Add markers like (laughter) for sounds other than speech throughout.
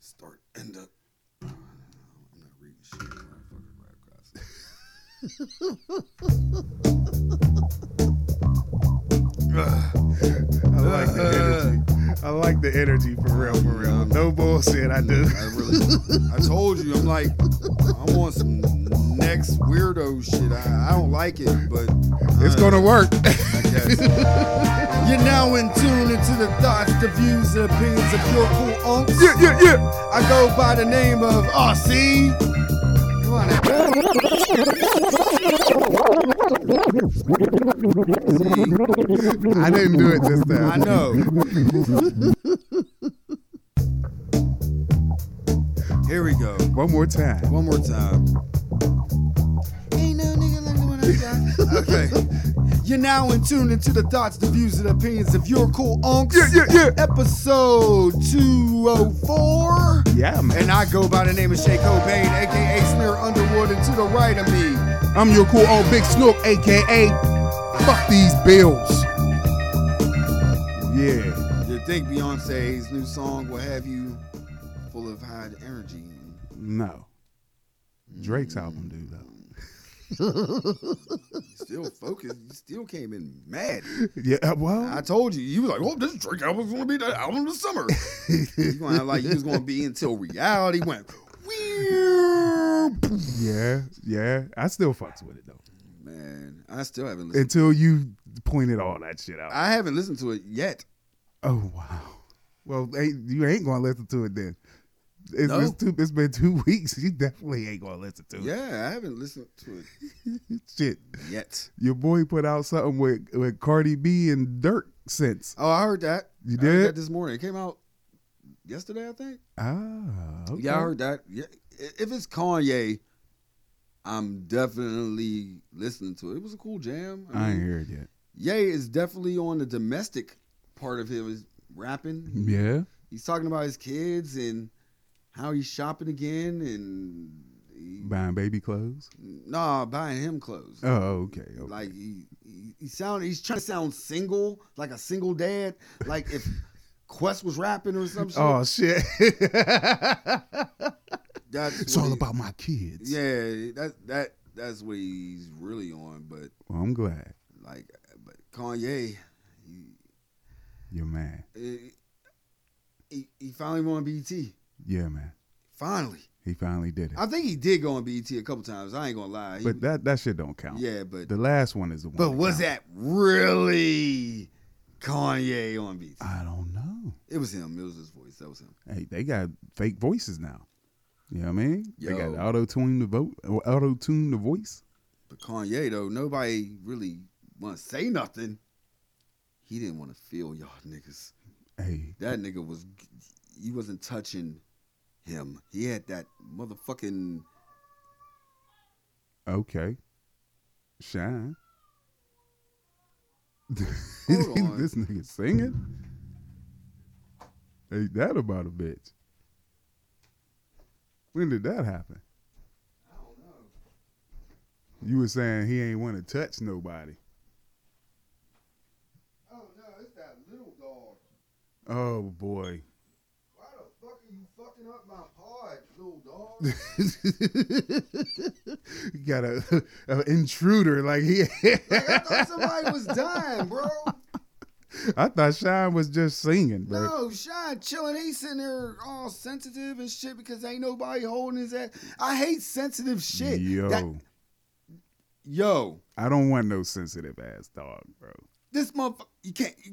Start, end up. I'm not reading shit. Motherfucker, right across it. I like the energy. I like the energy for real, for real. No bullshit. I do. I really, I told you, I'm like, I'm on some next weirdo shit. I, I don't like it, but It's uh, gonna work. I guess. You're now in tune into the thoughts, the views, and opinions of your cool unks. yeah, yeah, yeah. I go by the name of RC. Come on now. See, I didn't do it this time. (laughs) I know. Here we go. One more time. One more time. Ain't no nigga like the one I got. okay. You're now in tune into the thoughts, the views, and opinions of your cool unks. Yeah, yeah, yeah. Episode 204. Yeah, man. And I go by the name of Shay Cobain, aka Smear Underwood, and to the right of me. I'm your cool old Big Snook, aka Fuck These Bills. Yeah. You think Beyonce's new song will have you full of high energy? No. Drake's album, dude, though. Still focused, you still came in mad. (laughs) Yeah, uh, well, I told you, you was like, "Oh, this Drake album's gonna be the album of the summer." you gonna act like you was gonna be until reality went. Weird. yeah, yeah. I still fucks with it, though. Man, I still haven't listened. Until you pointed all that shit out. I haven't listened to it yet. oh, wow. Well, ain't, you ain't going to listen to it then. It's, No. it's, two, it's been two (laughs) weeks. You definitely ain't going to listen to it. Yeah, I haven't listened to it (laughs) Shit. yet. Your boy put out something with, with Cardi B and Dirk since. Oh, I heard that. You I heard did? that this morning. It came out yesterday, I think. Ah, okay. Yeah, I heard that. Yeah, i- if it's Kanye, I'm definitely listening to it. It was a cool jam. I ain't mean, heard it yet. Ye is definitely on the domestic part of his rapping. Yeah. He's talking about his kids and how he's shopping again and he, Buying baby clothes. nah, buying him clothes. Oh, okay. okay. Like he, he, he sound he's trying to sound single, like a single dad. Like (laughs) if Quest was rapping or some shit. oh shit. (laughs) that's it's what all he- about my kids. Yeah, that that that's what he's really on. But Well, I'm glad like, but Kanye, he you're mad. he, he- he finally went on BET. Yeah, man. Finally, He finally did it. I think he did go on BET a couple times. I ain't gonna lie. He- but that that shit don't count. yeah, but The last one is the one. but was counts. that really Kanye on BET? I don't know. It was him. It was his voice. That was him. Hey, they got fake voices now. You know what I mean? They Yo. got auto tune the vote, auto tune the voice. But Kanye though, nobody really want to say nothing. He didn't want to feel y'all niggas. Hey, that nigga was he wasn't touching him. He had that motherfucking okay, shine. (laughs) Hold on. this nigga singing. Ain't that about a bitch? When did that happen? I don't know. You were saying he ain't want to touch nobody. Oh no, it's that little dog. Oh boy. (laughs) Why the fuck are you fucking up my pod, little dog? You got a, (laughs) a intruder like he. (laughs) like, I thought somebody was dying, bro. I thought Shine was just singing, bro. No, Sean chilling. He's sitting there all sensitive and shit because ain't nobody holding his ass. I hate sensitive shit. Yo, That- yo, I don't want no sensitive ass dog, bro. this motherfucker, you can't. you-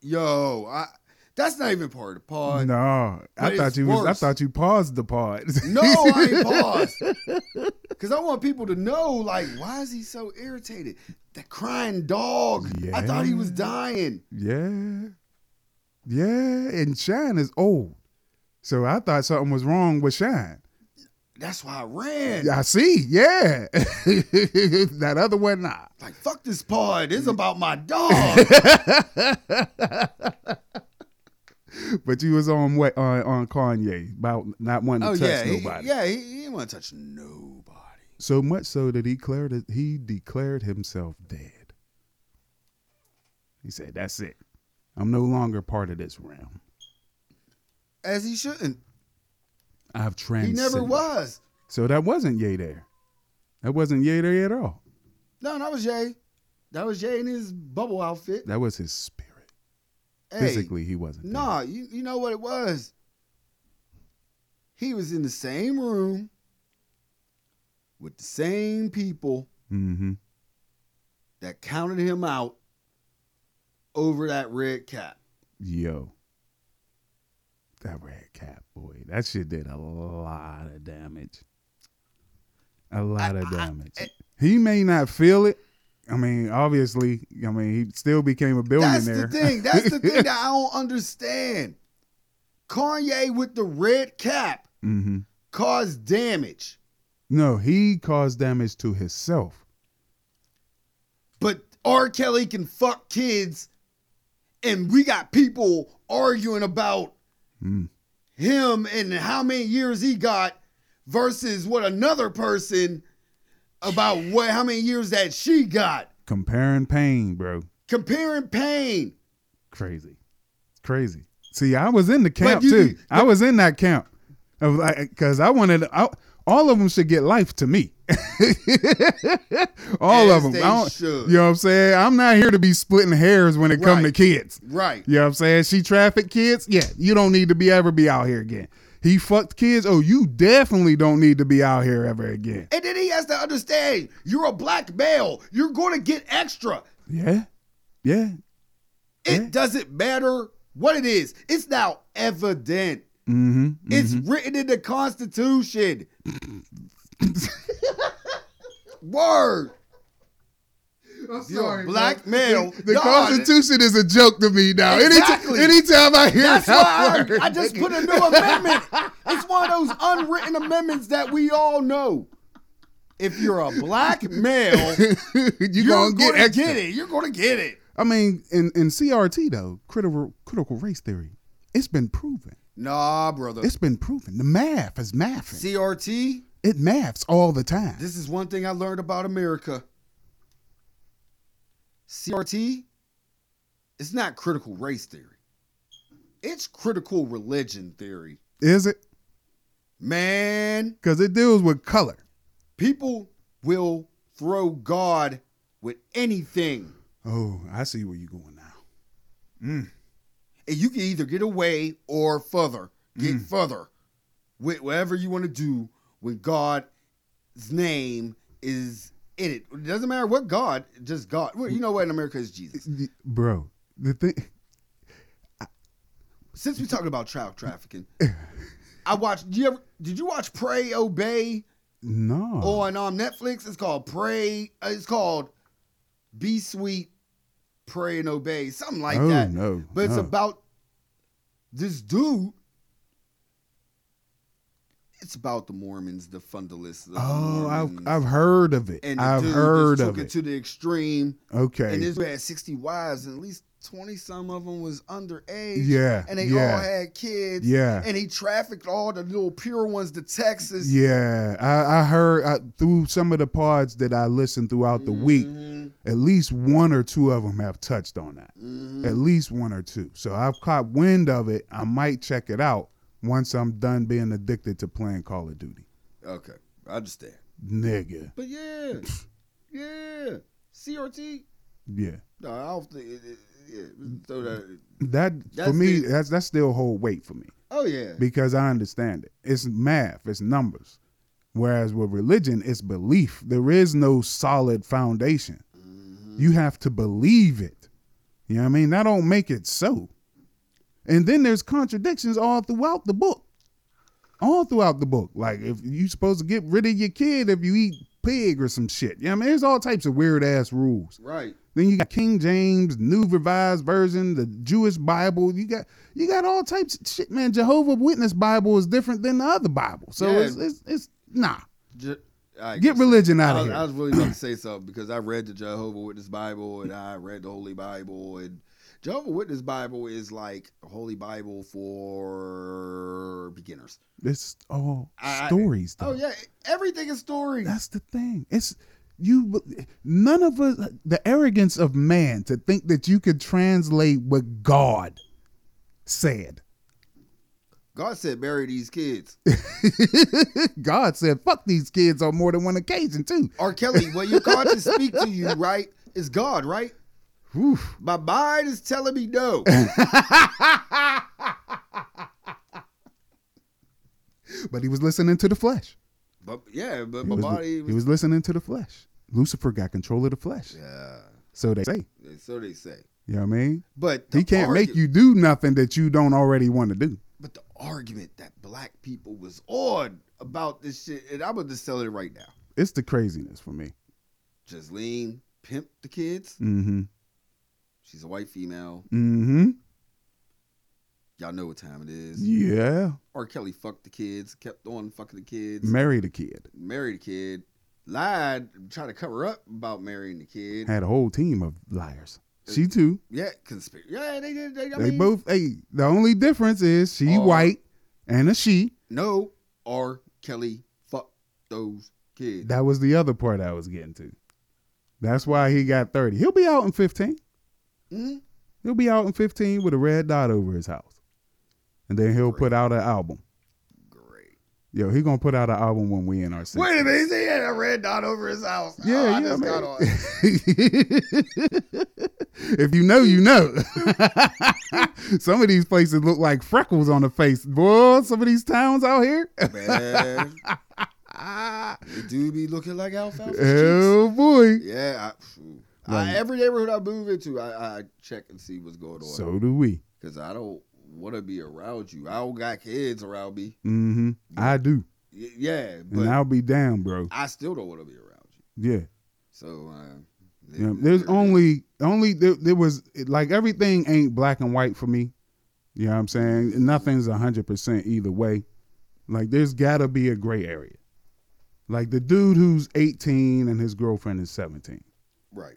yo, I. That's not even part of the pod. no, but I it's thought you was, I worse. thought you paused the (laughs) pod. No, I ain't (laughs) paused. Cause I want people to know, like, why is he so irritated? The crying dog. I thought he was Yeah. dying. yeah, yeah, and Shine is old, so I thought something was wrong with Shine. That's why I ran. I see, yeah. (laughs) that other one, nah. Like, fuck this pod. (laughs) It's about my dog. But you was on what on, on Kanye about not wanting oh to touch yeah, he, nobody. yeah. He, he didn't want to touch nobody. So much so that he declared that he declared himself dead. He said, "That's it. I'm no longer part of this realm." as he shouldn't. I've He transcended. never was. So that wasn't Ye there. That wasn't Ye there at all. No, that was Jay. That was Jay in his bubble outfit. That was his spirit. Hey, Physically, he wasn't. there. Nah, you, you know what it was? He was in the same room with the same people Mhm. that counted him out over that red cap. Yo. That red cap, boy. That shit did a lot of damage. A lot of damage. he may not feel it. I mean, obviously, I mean, he still became a billionaire. That's the thing. That's the thing (laughs) that I don't understand. Kanye with the red cap hmm caused damage, No, he caused damage to himself. but R. Kelly can fuck kids, and we got people arguing about Mm. him and how many years he got versus what another person about what how many years that she got. Comparing pain, bro. Comparing pain. Crazy. Crazy. See, I was in the camp you- too. you- I was in that camp. Of like, cause I wanted I, all of them should get life to me. (laughs) all As of them. they I don't- should. You know what I'm saying? I'm not here to be splitting hairs when it come to Right. kids. Right. You know what I'm saying? She trafficked kids. Yeah, you don't need to be ever be out here again. He fucked kids. Oh, you definitely don't need to be out here ever again. And then he has to understand you're a black male. You're going to get extra. Yeah, yeah. It Yeah. doesn't matter what it is. It's now evident. Mm-hmm. It's written in the Constitution. Word. I'm You're a black male. The No, Constitution is a joke to me now. Any- Exactly. anytime I hear That's that why word, I, I just put a new amendment. It's one of those unwritten amendments that we all know. If you're a (laughs) black male, (laughs) you you're gonna going get to extra. get it. You're going to get it. I mean, in, in CRT though, critical critical race theory, it's been proven. Nah, brother. It's been proven. The math is mathing. CRT, It maths all the time. This is one thing I learned about America. CRT, it's not critical race theory. It's critical religion theory. Is it? Man, Because it deals with color. people will throw God with anything. Oh, I see where you're going now. And you can either get away or further, get further with whatever you want to do when God's name is in it. It doesn't matter what God, just God. Well, you know what in America is Jesus. Y- Bro, the thing. since we're talking about child trafficking, (laughs) I watched. Did you, ever, did you watch Pray Obey No. on um, Netflix? It's called Pray. uh, It's called Be Sweet, Pray and Obey, something like oh, that. no. But it's no. about this dude. It's about the Mormons, the fundamentalists. the Oh, I've, Mormons. I've heard of it. Mm. and the I've dude just heard took of it, it. to the extreme. Okay. And this dude had sixty wives, and at least twenty some of them was underage. yeah. and they yeah. all had kids. Yeah. and he trafficked all the little pure ones to Texas. Yeah, I, I heard I, through some of the pods that I listened throughout the week, Mhm, at least one or two of them have touched on that. mhm. At least one or two. So I've caught wind of it. I might check it out once I'm done being addicted to playing Call of Duty. mm-hmm. Okay, I understand. Nigga. But (laughs) yeah, yeah, CRT. Yeah. No, I don't think. It, it, yeah, throw that. That for That's me, the- that's that's still hold weight for me Oh yeah, because I understand it. It's math, it's numbers. Whereas with religion, it's belief. There is no solid foundation. Mm-hmm, You have to believe it. You know what I mean? That don't make it so. And then there's contradictions all throughout the book. All throughout the book. Like if you supposed to get rid of your kid if you eat pig or some shit. You know what I mean? There's all types of weird ass rules. right. Then you got King James, New Revised Version, the Jewish Bible. You got you got all types of shit, man. Jehovah Witness Bible is different than the other Bible. So Yeah. it's, it's it's nah. Ju- I Get guess- religion out I of was, here. I was really about to say something because I read the Jehovah Witness Bible and I read the Holy Bible and Jehovah Witness Bible is like a Holy Bible for beginners. it's all I- I- stories. Though. Oh yeah, everything is story. That's the thing. It's you. None of us. The arrogance of man to think that you could translate what God said. God said, marry these kids. (laughs) God said, fuck these kids on more than one occasion, too. R. Kelly, well, your conscience speak to you, right? It's God, right? Whew. My mind is telling me (laughs) no. But he was listening to the flesh. but yeah, but He my was, body. he Was, was listening to the flesh. Lucifer got control of the flesh. yeah, So they say, so they say. you know what I mean? But He the can't make argu- you do nothing that you don't already want to do. But the argument that black people was on about this shit, and I'm gonna just tell it right now. It's the craziness for me. Just lean, pimp the kids. Mm-hmm. She's a white female. Mm-hmm. Y'all know what time it is. Yeah. R. Kelly fucked the kids, kept on fucking the kids, Married a kid. married a kid, lied, tried to cover up about marrying the kid. (laughs) Had a whole team of liars. She too. Yeah, conspiracy. Yeah, they did. They, I They mean, both hey, the only difference is she Oh. white and a she. No, R. Kelly fucked those kids. That was the other part I was getting to. That's why he got 30. He'll be out in 15. hmm He'll be out in 15 with a red dot over his house. And then he'll put out an album. Great. Yo, he gonna put out an album when we in our city. Wait a minute, he had a red dot over his house. Oh, Yeah, I yeah, just man. (laughs) got on. if you know, you know. (laughs) some of these places look like freckles on the face. Boy, some of these towns out here. Man, they do be looking like alfalfa. cheeks. oh boy. Yeah, I, phew. Like- I, every neighborhood I move into, I, I check and see what's going on So do we. because I don't want to be around you. I don't got kids around me. Mm-hmm. I do, Y- yeah, and but I'll be down, bro. I still don't want to be around you. Yeah. So uh, Yeah, there's there it is. only only there, there was like everything ain't black and white for me. You know what I'm saying? Nothing's hundred percent either way. Like there's gotta be a gray area. Like the dude who's 18 and his girlfriend is 17, right.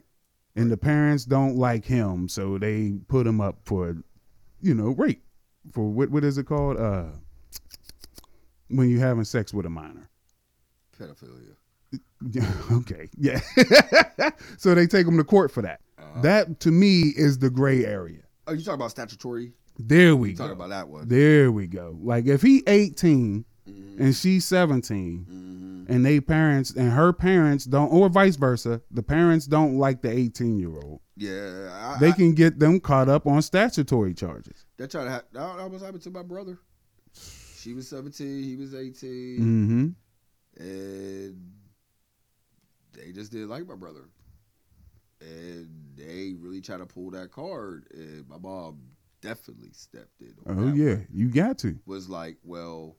and the parents don't like him, so they put him up for, you know, rape. For what what is it called? Uh, when you having sex with a minor. (laughs) Pedophilia. okay, yeah. (laughs) so they take him to court for that. Uh, That to me is the gray area. oh, you talking about statutory? There we You talking go. about that one? There we go. Like if he 18 Mhm, and she's 17 mhm. and they parents and her parents don't or vice versa, the parents don't like the 18 year old. Yeah, I, They I, can get them caught up on statutory charges. that tried to ha- that almost happened to my brother. She was seventeen. He was 18 Mm-hmm. and they just didn't like my brother. And they really tried to pull that card, and my mom definitely stepped in. on Oh that yeah, one. you got to. was like, well,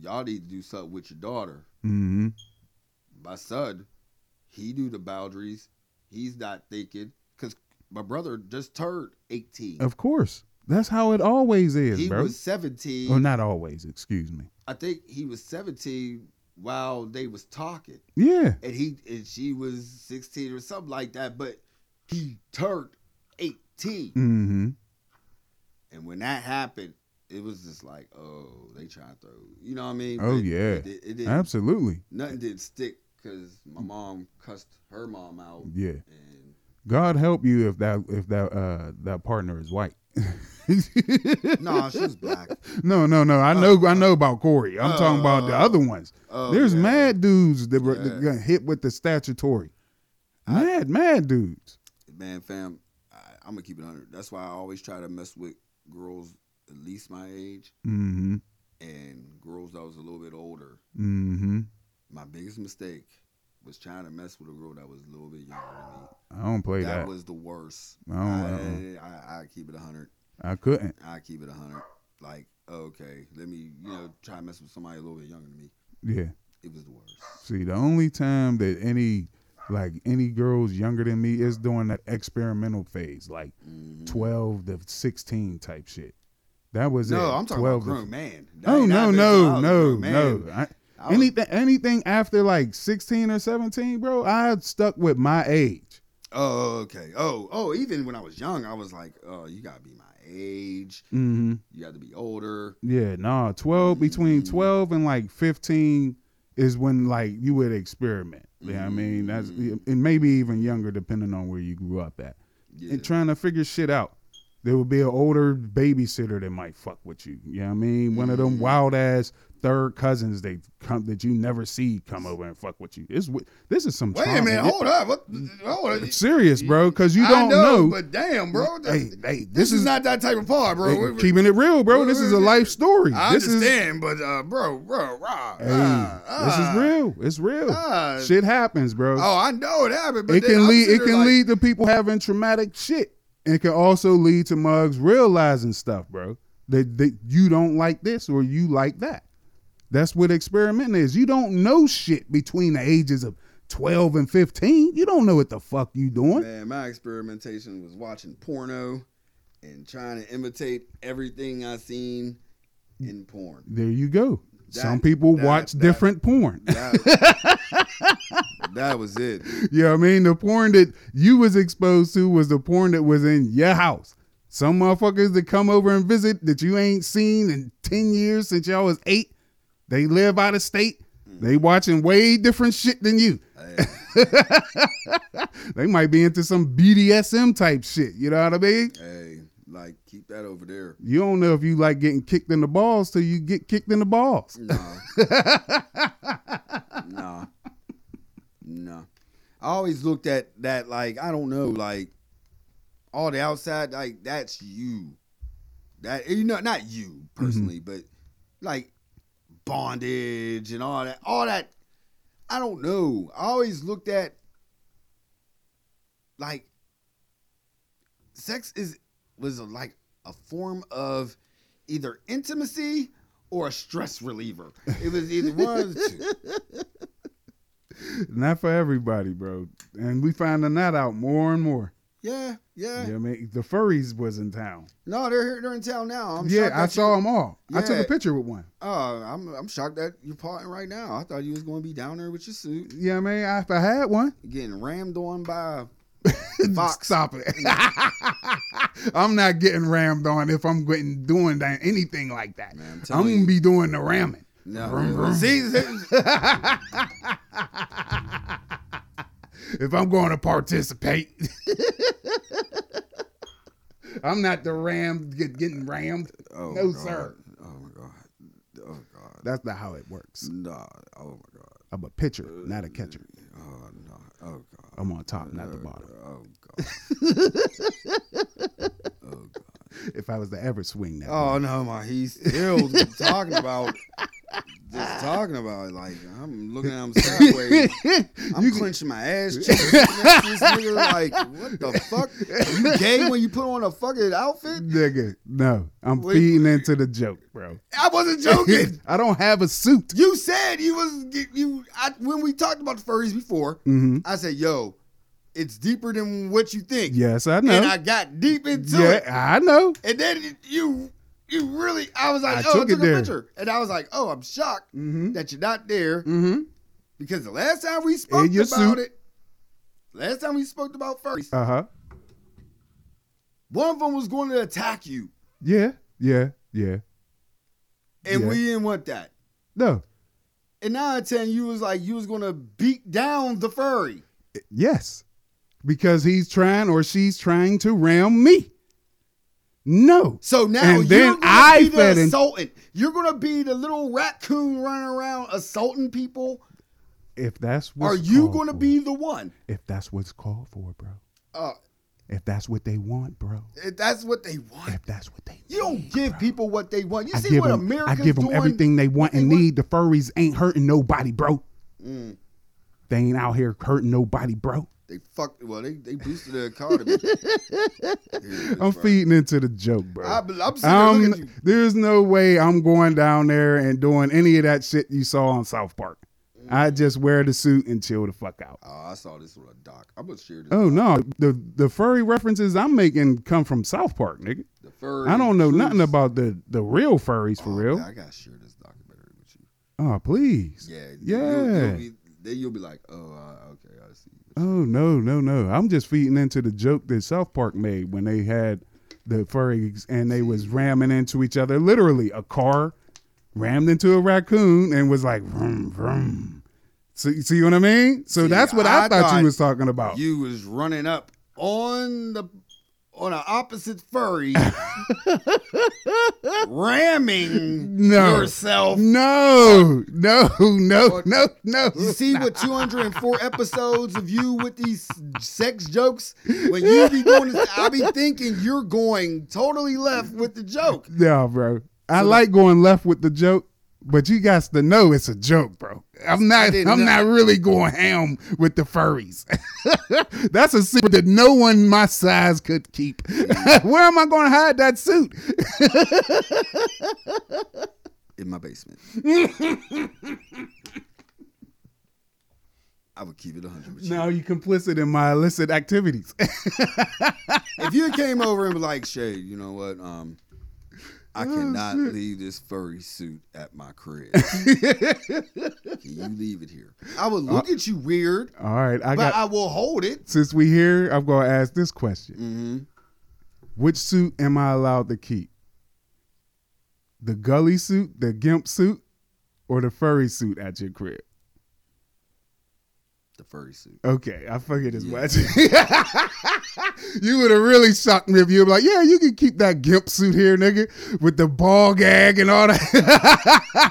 y'all need to do something with your daughter. Mm-hmm. My son, he knew the boundaries. He's not thinking because my brother just turned eighteen. Of course. That's how it always is, he bro. was seventeen. or not always, excuse me. I think he was seventeen while they was talking. Yeah. and he and she was 16 or something like that but he turned 18 Mm-hmm. and when that happened it was just like oh they trying to throw you know what i mean Oh, But yeah. it, did- it didn't Absolutely. nothing didn't stick because my mom cussed her mom out Yeah. and God help you if that if that uh that partner is white. (laughs) no nah, she was black no, no, no. I know I know about Corey. I'm talking about the Uh, other ones. oh, There's yeah. mad dudes that were that Yeah. got hit with the statutory. I- Mad, mad dudes. man fam I, i'm gonna keep it 100 that's why i always try to mess with girls at least my age Mm-hmm. and girls that was a little bit older Mm-hmm. my biggest mistake was trying to mess with a girl that was a little bit younger than me. I don't play that that. was the worst. I don't. um, I, don't- I, I, I keep it a hundred. I couldn't. I keep it a hundred. Like okay, let me you know try to mess with somebody a little bit younger than me. Yeah. It was the worst. See, the only time that any like any girls younger than me is during that experimental phase, like Mhm. 12 to 16 type shit. That was it. No, I'm talking about 12 to grown man. That Oh ain't no happened no till I was a no grown man. no! I, I was- anything anything after like sixteen or seventeen, bro, I stuck with my age. Oh okay. Oh oh. Even when I was young, I was like, oh, you gotta be my age. Mm-hmm. You got to be older. Yeah, nah, twelve between Mm. twelve and like fifteen is when like you would experiment. Yeah, I mean that's Mm. and maybe even younger depending on where you grew up at Yeah. and trying to figure shit out. There would be an older babysitter that might fuck with you. You know what I mean? One of them Mm. wild ass third cousins they come that you never see come over and fuck with you. It's wi- this is some Wait a trauma. minute, It- hold up. What, hold up. serious, bro, because you I don't know. but damn, bro. Hey, this, hey, this, is, is not that type of part, bro. Hey, We- we- keeping it real, bro. This is a life story. I this is understand, but uh, bro, bro, rah, hey, ah, this ah. is real. It's real. ah. shit happens, bro. Oh, I know it happened, but it then can I'm lead. It sitting can like, lead to people having traumatic shit. It can also lead to mugs realizing stuff, bro. That, that you don't like this or you like that. That's what experimenting is. You don't know shit between the ages of twelve and fifteen. You don't know what the fuck you doing. Man, my experimentation was watching porno and trying to imitate everything I seen in porn. There you go. That- Some people that- watch that- different porn. That, that was it. You know what I mean? The porn that you was exposed to was the porn that was in your house. Some motherfuckers that come over and visit that you ain't seen in 10 years since y'all was eight, they live out of state. They watching way different shit than you. (laughs) Hey, They might be into some BDSM type shit. You know what I mean? hey, like keep that over there. You don't know if you like getting kicked in the balls till you get kicked in the balls. Nah. nah. Nah. I always looked at that like, I don't know, like all the outside, like that's you. That you know, not you personally, but like bondage and all that. All that I don't know. I always looked at like sex is was like a form of either intimacy or a stress reliever. It was either one of the two. Not for everybody, bro. And we finding that out more and more. Yeah, yeah. You know what I mean? The furries was in town. No, they're here. They're in town now. I'm yeah, shocked I that saw You, them all. I took Yeah. a picture with one. oh, I'm I'm shocked that you're parting right now. I thought you was going to be down there with your suit, Yeah, man. I, if I had one, (laughs) getting rammed on by Fox. stop it. (laughs) I'm not getting rammed on if I'm getting doing that, anything like that. Man, I'm I'm, telling gonna you. be doing the ramming. No, Vroom, vroom. see, (laughs) see- If I'm going to participate, (laughs) I'm not the ram get, getting rammed. oh, No, God. sir. Oh my god. Oh god. That's not how it works. No. Oh my god. I'm a pitcher, not a catcher. Oh no. Oh god. I'm on top, not the bottom. Oh god. oh god. If I was to ever swing that, (laughs) Oh no, my he's (laughs) still talking about just talking about it. like I'm looking at him (laughs) sideways. I'm clenching my (laughs) ass cheeks. looking at this nigga like, what the fuck? You gay when you put on a fucking outfit? nigga, no, I'm Wait. feeding into the joke, bro. I wasn't (laughs) joking. (laughs) I don't have a suit. You said you was you. I, when we talked about the furries before, Mm-hmm. I said, yo, it's deeper than what you think. Yes, I know. And I got deep into yeah, it. I know. And then you you really I was like, I oh, took I took it a there. picture. And I was like, oh, I'm shocked Mm-hmm. that you're not there Mm-hmm. because the last time we spoke In your about suit. it, last time we spoke about furries, Uh huh. one of them was going to attack you, Yeah. Yeah. Yeah. and Yeah. we didn't want that. No. And now I'm telling you, was like you was going to beat down the furry. Yes. Because he's trying or she's trying to ram me. No. So now And you're then gonna I be the fed in- assaultant. You're going to be the little raccoon running around assaulting people. If that's Are what's you called going to for, be the one? If that's what's called for, bro. Uh, If that's what they want, bro. if that's what they want. If that's what they. You don't need, give bro. people what they want. You I see give what them. I America's give them doing? everything they want they and want. need. The furries ain't hurting nobody, bro. Mm, They ain't out here hurting nobody, bro. they fucked. Well, they, they boosted the (laughs) economy. I'm feeding into the joke, bro. I, am sitting there looking at Um, you. there's no way I'm going down there and doing any of that shit you saw on South Park. I Mm. just wear the suit and chill the fuck out. Oh, I saw this with a doc. I'm gonna share this. Oh no, the the furry references I'm making come from South Park, nigga. the furry I don't know truth. nothing about the the real furries for Oh, man, real. I gotta share this documentary with you. Oh please. Yeah, You'll, Yeah. you'll be, then you'll be like, oh, uh, okay, I see. Oh no, no, no. I'm just feeding into the joke that South Park made when they had the furries and they was ramming into each other. Literally, a car rammed into a raccoon and was like vroom vroom. So you see what I mean? So See, that's what I, I thought thought you was talking about. You was running up on the on an opposite (laughs) furry ramming No. yourself. No, no, (laughs) no, no, no. You see what 204 episodes of you with these sex jokes? When you be going, to, I be thinking you're going totally left with the joke. No, bro. I like going left with the joke, but you guys to know it's a joke, bro. I'm not. didn't I'm know. not really going ham with the furries. (laughs) That's a secret that no one my size could keep. (laughs) Where am I going to hide that suit? in my (laughs) basement. I would keep it 100 with you. No, you complicit in my illicit activities. (laughs) If you came over and was like, Shay, you know what? Um, Oh, I cannot leave this furry suit at my (laughs) crib. Can you leave it here? I would look at you weird, All right, Uh, I but got. I will hold it. since we here, I'm going to ask this question. hmm Which suit am I allowed to keep? The gully suit, the gimp suit, or the furry suit at your crib? The furry suit. Okay, I figured as Yeah. much. (laughs) you would have really shocked me if you were like, "Yeah, you can keep that gimp suit here, nigga, with the ball gag and all that."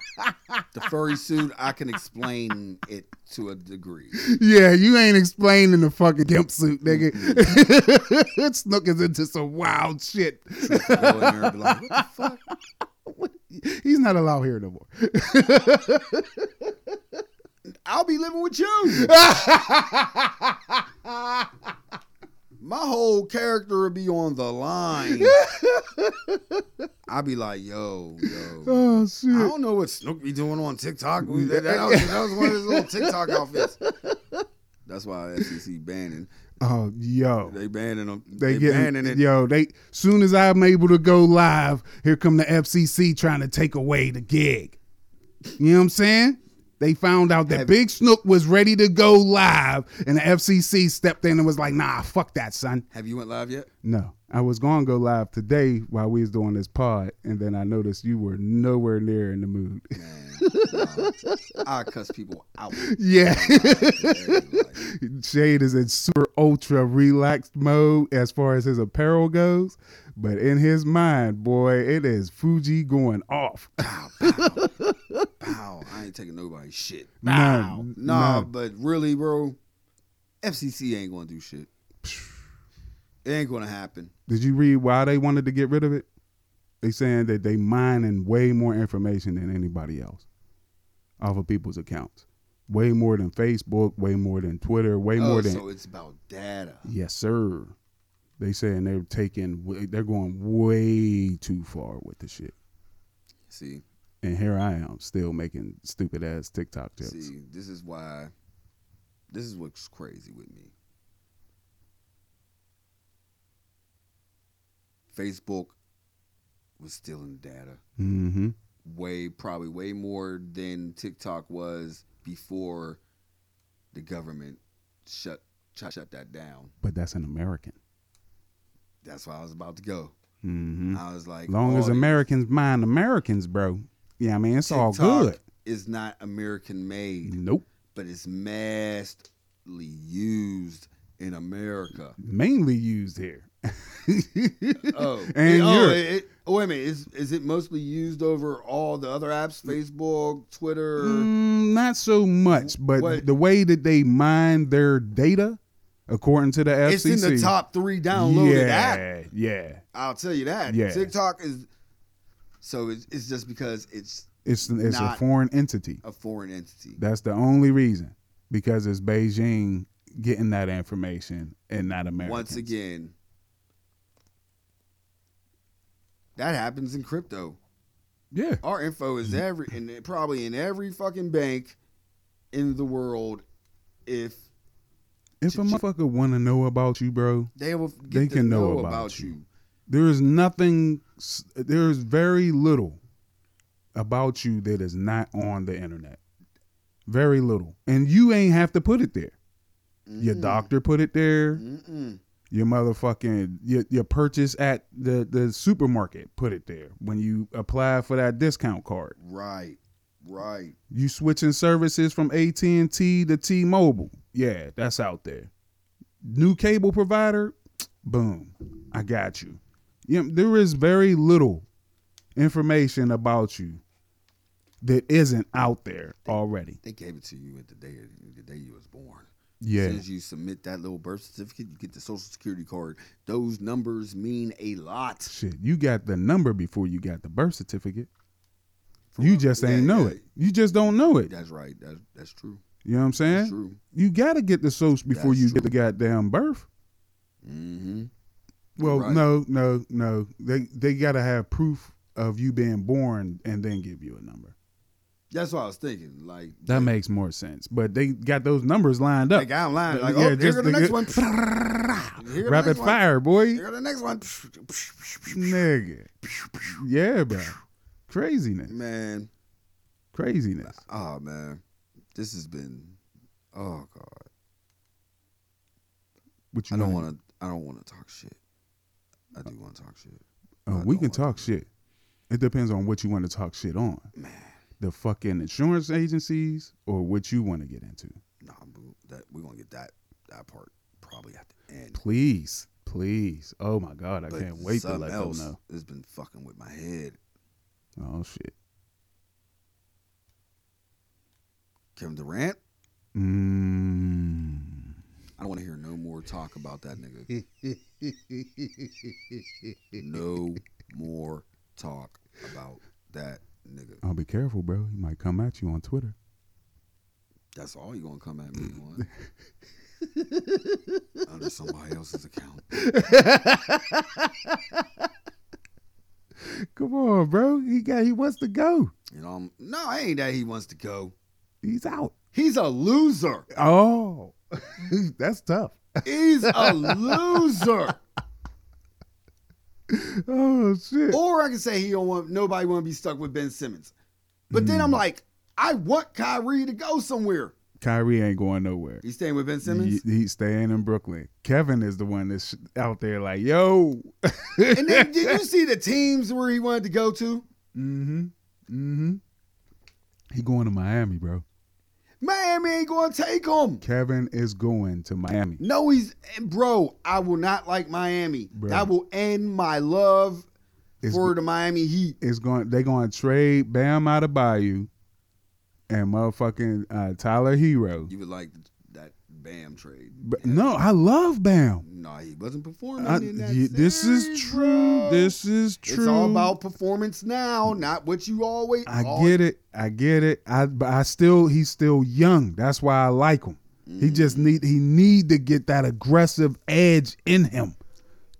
(laughs) The furry suit, I can explain it to a degree. yeah, you ain't explaining the fucking gimp suit, nigga. (laughs) Snook is into some (laughs) wild shit. Go in there and be like, what the fuck? He's not allowed here no more. (laughs) I'll be living with you. My whole character would be on the (laughs) line. I'd be like, yo, yo. Oh I shit! don't know what Snook be doing on TikTok. We- That, that was, that was one of his little (laughs) TikTok outfits. That's why SEC banning. Oh yo. They banning them. They, They, getting banning it. yo. They soon as I'm able to go live, here come the FCC trying to take away the gig. You know what I'm saying? They found out that Have- Big Snook was ready to go live, and the FCC stepped in and was like, "Nah, fuck that, son." Have you went live (laughs) yet? No, I was going to go live today while we was doing this pod, and then I noticed you were nowhere near in the mood. Man, nah. I cuss people out. (laughs) yeah, Like, Shade is in super ultra relaxed mode as far as his apparel goes, but in his mind, boy, it is Fuji going off. Pow. I ain't taking nobody's shit. Nah, Pow. Nah, nah. but really, bro, FCC ain't gonna do shit. It ain't gonna happen. Did you read why they wanted to get rid of it? They saying that they mining way more information than anybody else off of people's accounts. Way more than Facebook, way more than Twitter, way Oh, more than so it's about data. Yes, sir. They saying they're taking w- they're going way too far with the shit. See, And here I am still making stupid ass TikTok jokes. see, this is why. This is what's crazy with me. Facebook was stealing data. Mm-hmm. way probably way more than TikTok was before the government shut shut, shut that down. But that's an American. That's why I was about to go. Mm-hmm. I was like, oh, Long as all these- Americans mind Americans, bro. Yeah, I mean it's all TikTok good. Mm-hmm. Is not American made, Nope. but it's massively used in America. Mainly (laughs) used here. Oh, (laughs) And oh, Europe. it, it- oh, wait a minute. Is is it mostly used over all the other apps? Facebook, Twitter. Mm, not so much, but What- the way that they mine their data, according to the FCC, It's in the top three downloaded apps. yeah, Yeah, I'll tell you that. Yeah. TikTok is so it's, it's just because it's it's it's a Not- foreign entity. a foreign entity. That's the only reason, because it's Beijing getting that information and not America. Once again, that happens in crypto. yeah, Our info Mm. is every and probably in every fucking bank in the world. If if a motherfucker want to know about you, bro, they will get They to can know know, about about, you. you. there is nothing. s- There is very little about you that is not on the internet. Very little, and you ain't have to put it there. Your Mm-mm. doctor put it there. Mm. Mm-mm. Your motherfucking your, your purchase at the the supermarket put it there. When you apply for that discount card, Right, right. you switching services from AT and T to T Mobile. Yeah, that's out there. New cable provider. Boom. I got you. you know, there is very little information about you that isn't out there already. They gave it to you at the day the day you was born. As Yeah. soon as you submit that little birth certificate, you get the social security card. Those numbers mean a lot. Shit, you got the number before you got the birth certificate. You just Yeah, ain't know yeah. it. You just don't know it. That's right. That's that's true. You know what I'm That's saying? true. You gotta get the social before That's you get the goddamn birth. Mm-hmm. Well, Right. no, no, no. They they gotta have proof of you being born and then give you a number. That's what I was thinking. Like That makes more sense. But they got those numbers lined up. like I'm lying. Yeah, Like oh, here just go the the next good- one. Here go the Rapid next one. fire, boy. Here go the next one. Nigga. Yeah, bro. Craziness. Man, Craziness. oh man, this has been. Oh god, What you I don't wanna- want to. I don't want to talk shit. I do want to talk shit. I Uh, we don't can wanna- talk shit. It depends on what you want to talk shit on. Man. The fucking insurance agencies or what you want to get into. Nah, boo, that we're gonna get that that part probably at the end. Please, please. Oh my God, I But can't wait to something let else them has been fucking with my head. know. Oh shit. Kevin Durant. Mm. (laughs) I don't want to hear no more talk about that nigga. no more talk about that nigga. I'll be careful, bro. He might come at you on Twitter. That's all you gonna come at me on. Under somebody else's account. Come on, bro. He got. He wants to go. You know, I'm, no, it ain't that he wants to go. He's out. He's a loser. Oh, (laughs) that's tough. He's a loser. Oh shit. Or I can say he don't want nobody want to be stuck with Ben Simmons. But then Hmm. I'm like, I want Kyrie to go somewhere. Kyrie ain't going nowhere. He's staying with Ben Simmons, He, he's staying in Brooklyn. Kevin is the one that's out there like, yo. and then did (laughs) you see the teams where he wanted to go to? Mm-hmm. Mm-hmm. He going to Miami, bro. Miami ain't going to take him. Kevin is going to Miami. No, he's and bro. I will not like Miami. Bro. That will end my love It's, for the Miami Heat. it's going they're going to trade Bam out of Bayou and motherfucking uh, Tyler Hero. You would like that Bam trade? But, no, I love Bam. no, he wasn't performing I- in that. y- this is series, true. bro. This is true. It's all about performance now, not what you always. I all- get it. I get it. I but I still he's still young. That's why I like him. He just Mm-hmm. need he need to get that aggressive edge in him.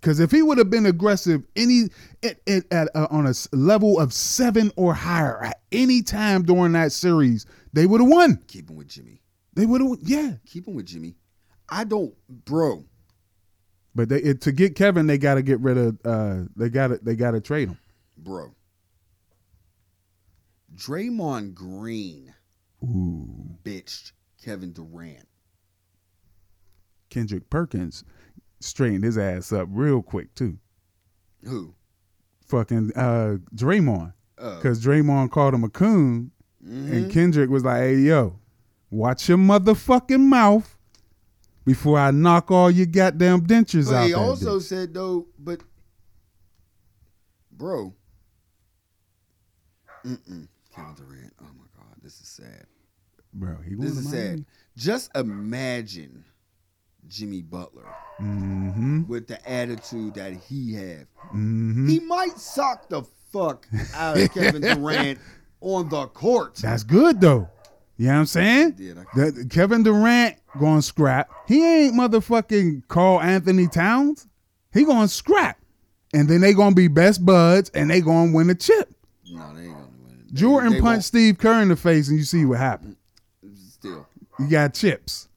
Cause if he would have been aggressive any at, at, at, uh, on a s- level of seven or higher at any time during that series, they would have won. Keep him with Jimmy. They would have yeah. Keep him with Jimmy. I don't, bro. But they it, to get Kevin, they got to get rid of. Uh, they got to they got to trade him. bro. Draymond Green Ooh, bitched Kevin Durant. Kendrick Perkins straightened his ass up real quick too. Who? Fucking uh, Draymond. Uh, Because Draymond called him a coon, mhm. and Kendrick was like, hey, yo, watch your motherfucking mouth before I knock all your goddamn dentures But out. he that also bitch." said though, but bro, Mm-mm. Kevin Durant. Oh my God, this is sad. Bro, he This going is to sad. Just imagine Jimmy Butler Mm-hmm. with the attitude that he have. Mm-hmm. He might sock the fuck out of (laughs) Kevin Durant on the court. That's good, though. You know what I'm saying? Yeah, that- That- Kevin Durant going to scrap. He ain't motherfucking Carl Anthony Towns. He going to scrap. And then they going to be best buds, and they going to win a chip. No, they ain't gonna win. They- Jordan they punched Steve Kerr in the face, and you see what happened. won't- still You got chips.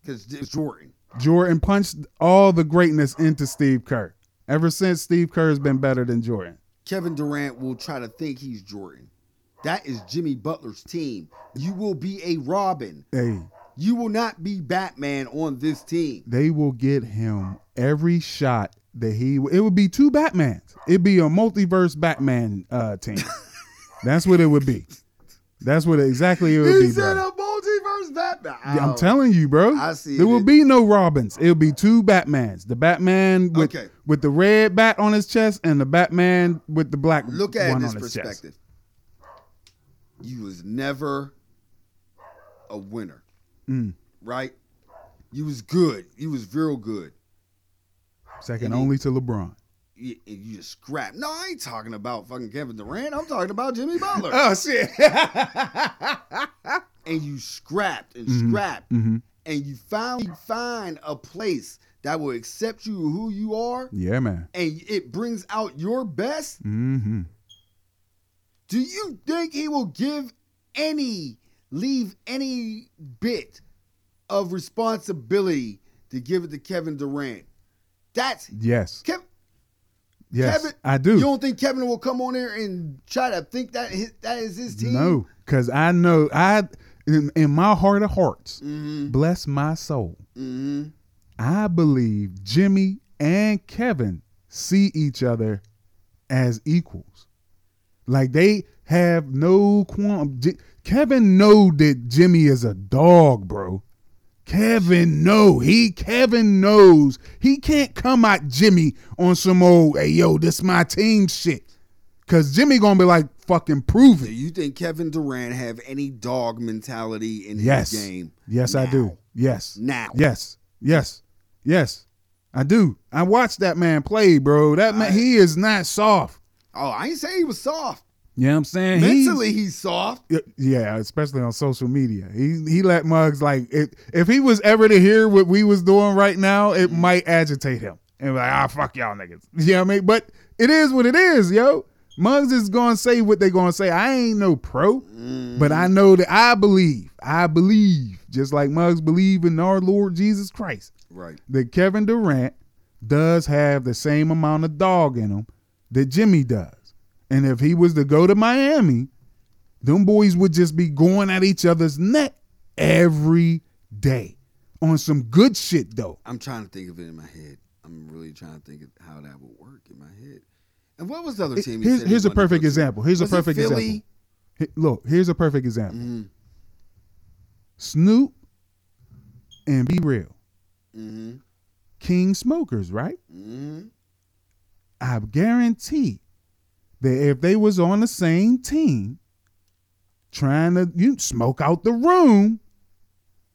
because it's Jordan. Jordan punched all the greatness into Steve Kerr. Ever since Steve Kerr's been better than Jordan. Kevin Durant will try to think he's Jordan. That is Jimmy Butler's team. You will be a Robin. Hey, You will not be Batman on this team. they will get him every shot that he it would be two Batmans. It'd be a multiverse Batman (laughs) uh team. That's what it would be. That's what exactly it would be. He's in bro. a multiverse Batman. Yeah, I'm telling you, bro. "Oh, I see There will it. be no Robins. It'll be two Batmans. The Batman with Okay. with the red bat on his chest, and the Batman with the black Look at one it this on his chest. perspective. You was never a winner, Mm. right? You was good. You was real good. Second And he- only to LeBron. You, and you just scrap. No, I ain't talking about fucking Kevin Durant. I'm talking about Jimmy (laughs) Butler. (laughs) Oh shit! and you scrapped and Mhm. scrapped, hmm and you finally find a place that will accept you who you are, Yeah, man. and it brings out your best. hmm Do you think he will give any, leave any bit of responsibility to give it to Kevin Durant? That's Yes, Kevin. yes, Kevin, I do. You don't think Kevin will come on there and try to think that his, that is his team? No, because I know I in, in my heart of hearts, Mm-hmm. bless my soul. Mm-hmm. I believe Jimmy and Kevin see each other as equals. Like they have no qualm. J- Kevin know that Jimmy is a dog, bro. Kevin know he Kevin knows he can't come at Jimmy on some old hey yo this my team shit, cause Jimmy gonna be like fucking prove Do it. you think Kevin Durant have any dog mentality in Yes. his game? Yes, I do. Yes. Now, Yes, yes, yes, I do. I watched that man play, bro. That man, I- he is not soft. oh, I ain't saying he was soft. You know what I'm saying? He's- Mentally, he's soft. Y- yeah, especially on social media. He he let mugs like if if he was ever to hear what we was doing right now, it might agitate him and be like ah fuck y'all niggas. You know what I mean? But it is what it is, yo. Mugs is gonna say what they gonna say. I ain't no pro, but I know that I believe. I believe just like Mugs believe in our Lord Jesus Christ Right. that Kevin Durant does have the same amount of dog in him that Jimmy does. And if he was to go to Miami, them boys would just be going at each other's neck every day on some good shit though. I'm trying to think of it in my head. I'm really trying to think of how that would work in my head. And what was the other team? he Here's, said he here's a wanted to perfect go to? example. Here's a Was it perfect Philly? example. He- Look, here's a perfect example. Mhm, Snoop and Be Real, mhm, King Smokers, right? mhm. I guarantee that if they was on the same team trying to you smoke out the room,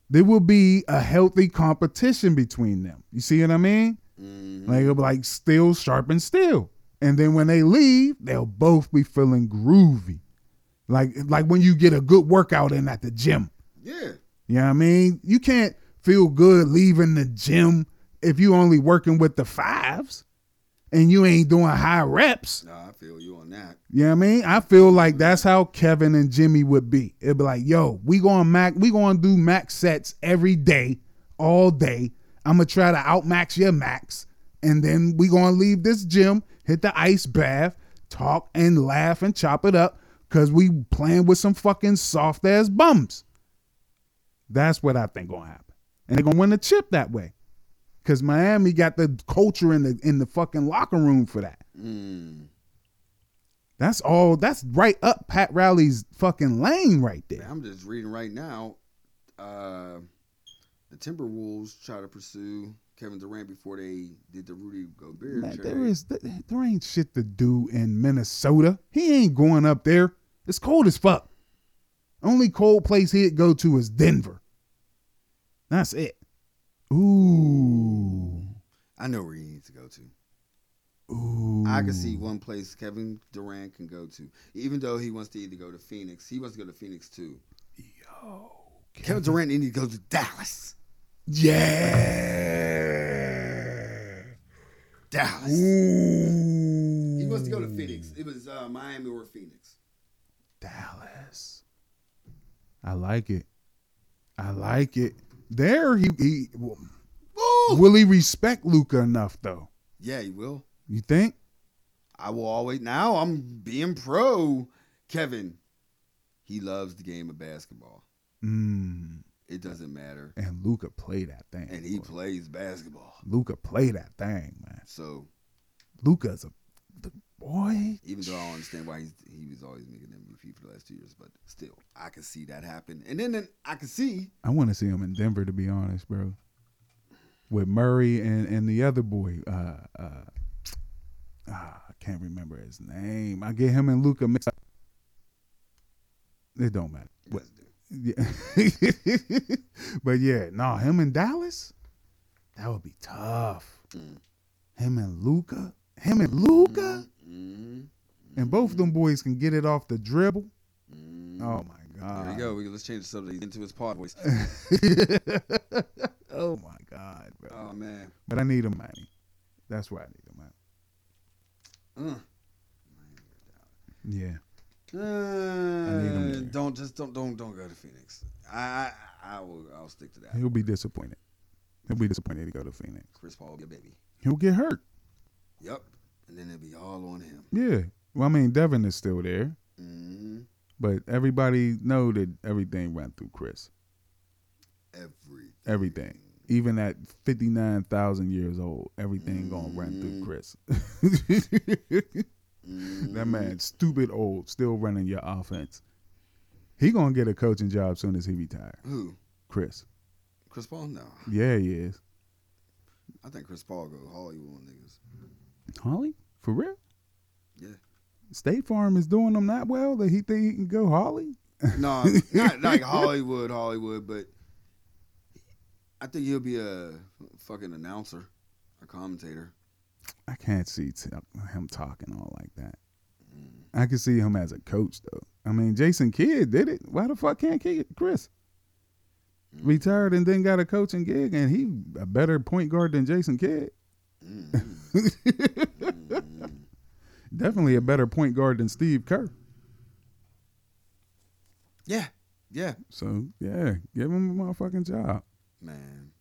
there would be a healthy competition between them. You see what I mean? Mhm. Like it'll be like still sharp and still. And then when they leave, they'll both be feeling groovy. Like like when you get a good workout in at the gym. Yeah. You know what I mean? You can't feel good leaving the gym if you only working with the fives and you ain't doing high reps. No, I feel you on that. You know what I mean? I feel like that's how Kevin and Jimmy would be. It'd be like, yo, we going mac, we going to do max sets every day, all day. I'm gonna try to outmax your max, and then we gonna leave this gym, hit the ice bath, talk and laugh and chop it up, cause we playing with some fucking soft ass bums. That's what I think gonna happen, and they gonna win the chip that way, cause Miami got the culture in the in the fucking locker room for that. Mm. That's all. That's right up Pat Riley's fucking lane right Man, there. I'm just reading right now. Uh, the Timberwolves try to pursue Kevin Durant before they did the Rudy Gobert Man, trade. there is there ain't shit to do in Minnesota. He ain't going up there. It's cold as fuck. Only cold place he'd go to is Denver. That's it. Ooh, I know where he needs to go to. ooh. I can see one place Kevin Durant can go to, even though he wants to either go to Phoenix. He wants to go to Phoenix too. Yo, Kevin Durant needs to go to Dallas. yeah. Dallas. Ooh. He wants to go to Phoenix. It was uh, Miami or Phoenix. Dallas. I like it. I like it. There he, he will he respect Luca enough though? Yeah, he will. You think? I will always. Now I'm being pro, Kevin. He loves the game of basketball. Mm. It doesn't matter, And Luca play that thing. and he boy. plays basketball. Luca play that thing, man. So Luca's a boy. Even though I don't understand why he's, he was always making MVP for the last two years, but still, I can see that happen. And then, then I can see I want to see him in Denver, to be honest, bro. With Murray and, and the other boy, uh, uh, ah, I can't remember his name. I get him and Luca mixed up. It don't matter. But yeah, (laughs) but yeah, no, him and Dallas, that would be tough. Mm. Him and Luca, him and Luca, Mhm. and both of them boys can get it off the dribble. Mhm. Oh my god! There you go. We, let's change the subject into his pod voice. (laughs) oh my god, bro. oh man. But I need him money. That's where I need him at. Mm. Yeah. Uh, him there. don't just don't don't don't go to Phoenix. I I, I will I'll stick to that. He'll be disappointed. He'll be disappointed to go to Phoenix. Chris Paul will be a baby. He'll get hurt. Yep. And then it'll be all on him. Yeah. Well, I mean, Devin is still there, Mhm. but everybody know that everything ran through Chris. Everything. Everything. Even at 59,000 years old, everything going to run through Mm. Chris. (laughs) Mhm. that man, stupid old, still running your offense. He going to get a coaching job soon as he retire. Who? Chris. Chris Paul? No. Yeah, he is. I think Chris Paul go Hollywood on (laughs) niggas. Holly? For real? Yeah. State Farm is doing them that well that he think he can go Holly? No, not like Hollywood, Hollywood, but I think he'll be a fucking announcer, a commentator. I can't see t- him talking all like that. I can see him as a coach though. I mean, Jason Kidd did it. Why the fuck can't Kidd, Chris? Retired and then got a coaching gig, and he a better point guard than Jason Kidd. (laughs) Mm. Definitely a better point guard than Steve Kerr. yeah, yeah, So yeah, give him a motherfucking job. man.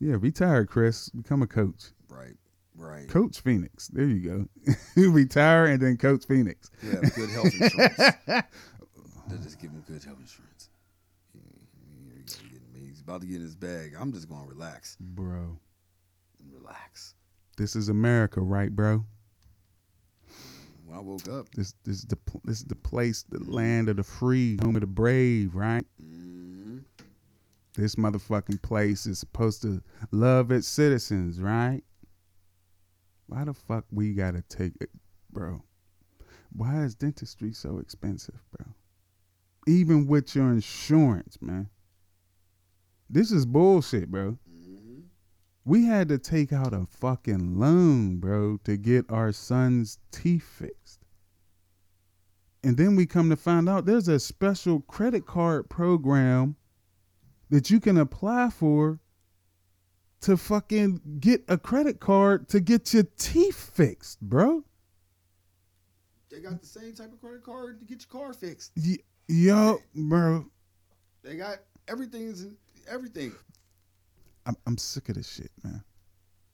Yeah, retire, Chris. Become a coach. Right, right. Coach Phoenix. There you go. (laughs) retire and then coach Phoenix. Yeah, good health insurance. (laughs) They'll just give him good health insurance. Here he go, he getting me. He's about to get in his bag. I'm just going to relax Bro, and relax. this is America, right, bro? When I woke up, This this is the pl- this is the place, the land of the free, home of the brave, right? mm, This motherfucking place is supposed to love its citizens, right? Why the fuck we gotta take it, bro? Why is dentistry so expensive, bro? Even with your insurance, man. This is bullshit, bro. mm, We had to take out a fucking loan, bro, to get our son's teeth fixed. And then we come to find out there's a special credit card program that you can apply for to fucking get a credit card to get your teeth fixed, bro. they got the same type of credit card to get your car fixed. Y- yo, bro, They got everything's everything. I'm, I'm sick of this shit, man.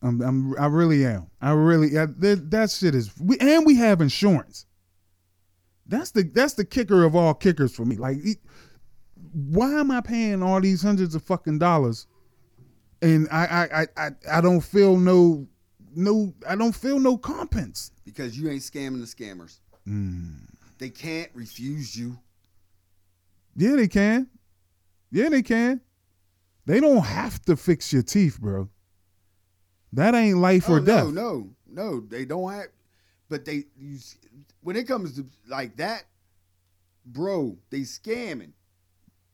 I'm, I'm I really am. I really I, that, that shit is we and we have insurance. That's the that's the kicker of all kickers for me. Like it- why am I paying all these hundreds of fucking dollars and I I I I, I don't feel no no I don't feel no compense. because you ain't scamming the scammers. They can't refuse you. Yeah, they can. Yeah, they can. They don't have to fix your teeth, bro. That ain't life Oh, or death. No, no, no. They don't have. But they you, s- when it comes to like that, bro, they scamming.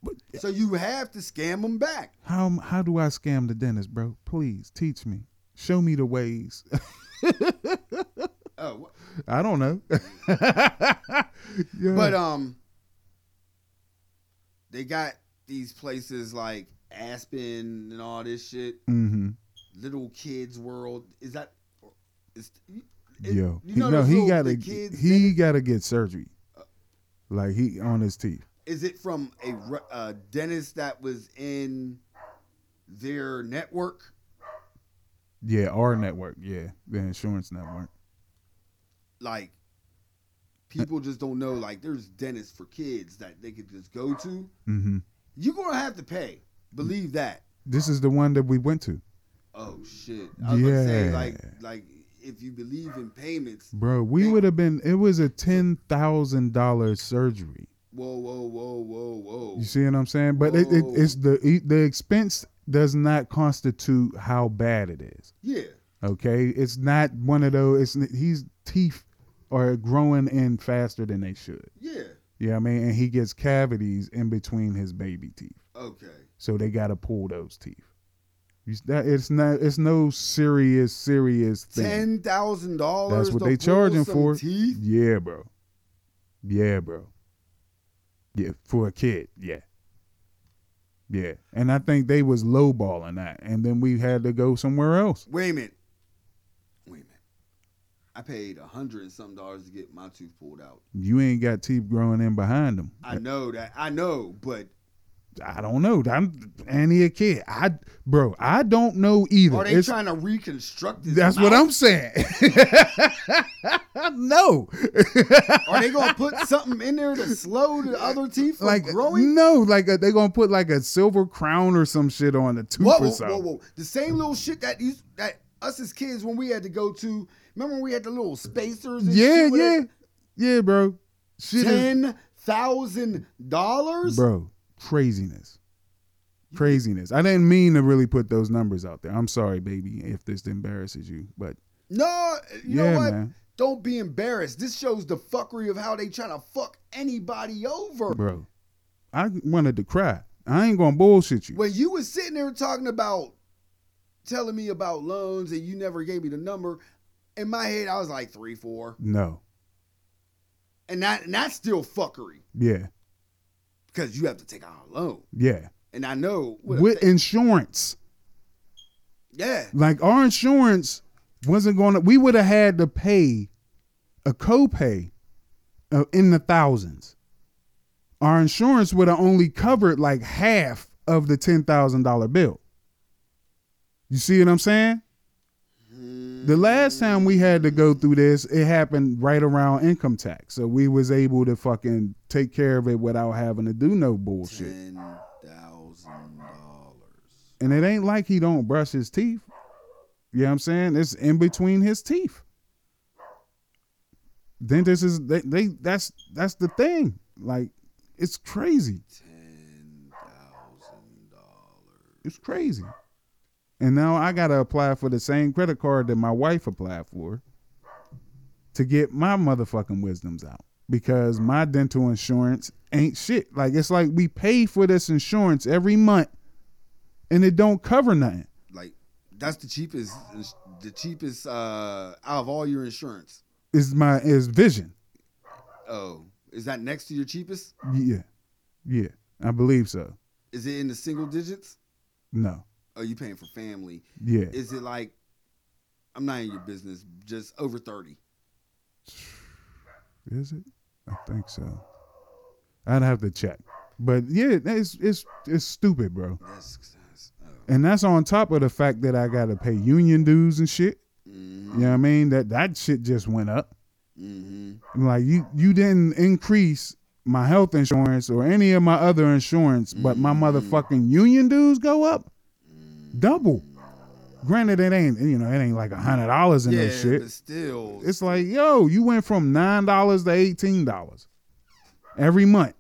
But- So you have to scam them back. How how do I scam the dentist, bro? Please teach me. Show me the ways. (laughs) Oh, wha- I don't know. (laughs) Yeah. but um, they got these places like Aspen and all this shit. Mhm. Little Kids World is that? Is, it- yo, you He- know no, those he little- got the to kids he got to get surgery, like he on his teeth. is it from a, re- a dentist that was in their network? Yeah, our network, yeah, the insurance network. Like, people just don't know. Like, there's dentists for kids that they could just go to. hmm You're gonna have to pay. Believe that. This is the one that we went to. Oh shit! I was gonna say Yeah. like like if you believe in payments. Bro, we would have been. It was a ten thousand dollar surgery. Whoa, whoa, whoa, whoa, whoa. You see what I'm saying? But it, it, Whoa. it's the it- the expense does not constitute how bad it is. Yeah. Okay, it's not one of those. It's he's teeth are growing in faster than they should. Yeah. Yeah, I mean, and he gets cavities in between his baby teeth, Okay. so they got to pull those teeth. You s- that- It's not. It's no serious, serious thing. Ten thousand dollars. That's what they charging for. Teeth? Yeah, bro. Yeah, bro. Yeah, for a kid. Yeah. Yeah, and I think they was lowballing that, and then we had to go somewhere else. Wait a minute. Wait a minute. I paid a hundred and some dollars to get my tooth pulled out. You ain't got teeth growing in behind them. I know that. I know, but I don't know. I'm and he a kid. I bro, I don't know either. are they It's- trying to reconstruct this? that's what I'm saying. (laughs) no, (laughs) Are they gonna put something in there to slow the other teeth from like growing? no, like uh, they gonna put like a silver crown or some shit on the tooth Whoa, or whoa, whoa, something. whoa! The same little shit that used that us as kids when we had to go to. Remember when we had the little spacers? And Yeah, shit with yeah, it? yeah, bro. Shit, is- Ten thousand dollars. bro, craziness, craziness. I didn't mean to really put those numbers out there. I'm sorry, baby, if this embarrasses you, but No, you yeah, know what? man, Don't be embarrassed. This shows the fuckery of how they trying to fuck anybody over. bro, I wanted to cry. I ain't gonna bullshit you. When you was sitting there talking about telling me about loans and you never gave me the number, in my head I was like three, four, No, and that and that's still fuckery yeah, because you have to take out a loan. yeah. And I know, what a with thing- insurance. yeah, Like our insurance wasn't going to. We would have had to pay a copay uh, in the thousands. Our insurance would have only covered like half of the ten thousand dollar bill. You see what I'm saying? The last time we had to go through this, it happened right around income tax, so we was able to fucking take care of it without having to do no bullshit. ten thousand dollars. And it ain't like he don't brush his teeth. You know what I'm saying? It's in between his teeth. Dentists is they, they that's that's the thing. Like it's crazy. Ten thousand dollars. It's crazy. And now I gotta apply for the same credit card that my wife applied for to get my motherfucking wisdoms out. Because my dental insurance ain't shit. Like it's like we pay for this insurance every month and it don't cover nothing. Like that's the cheapest, the cheapest uh, out of all your insurance. Is my is vision. Oh, is that next to your cheapest? Yeah. Yeah. I believe so. Is it in the single digits? No. Are you paying for family? Yeah. Is it like I'm not in your business, just over 30? Is it? I think so. I'd have to check. But yeah, it's it's it's stupid, bro. That's, that's oh. And that's on top of the fact that I gotta pay union dues and shit. You mm-hmm. know what I mean? That that shit just went up. Mm-hmm. I'm like you you didn't increase my health insurance or any of my other insurance, but my motherfucking union dues go up double. Granted, it ain't you know it ain't like a hundred dollars in Yeah, that shit. but still, It's like, yo, you went from nine dollars to eighteen dollars every month,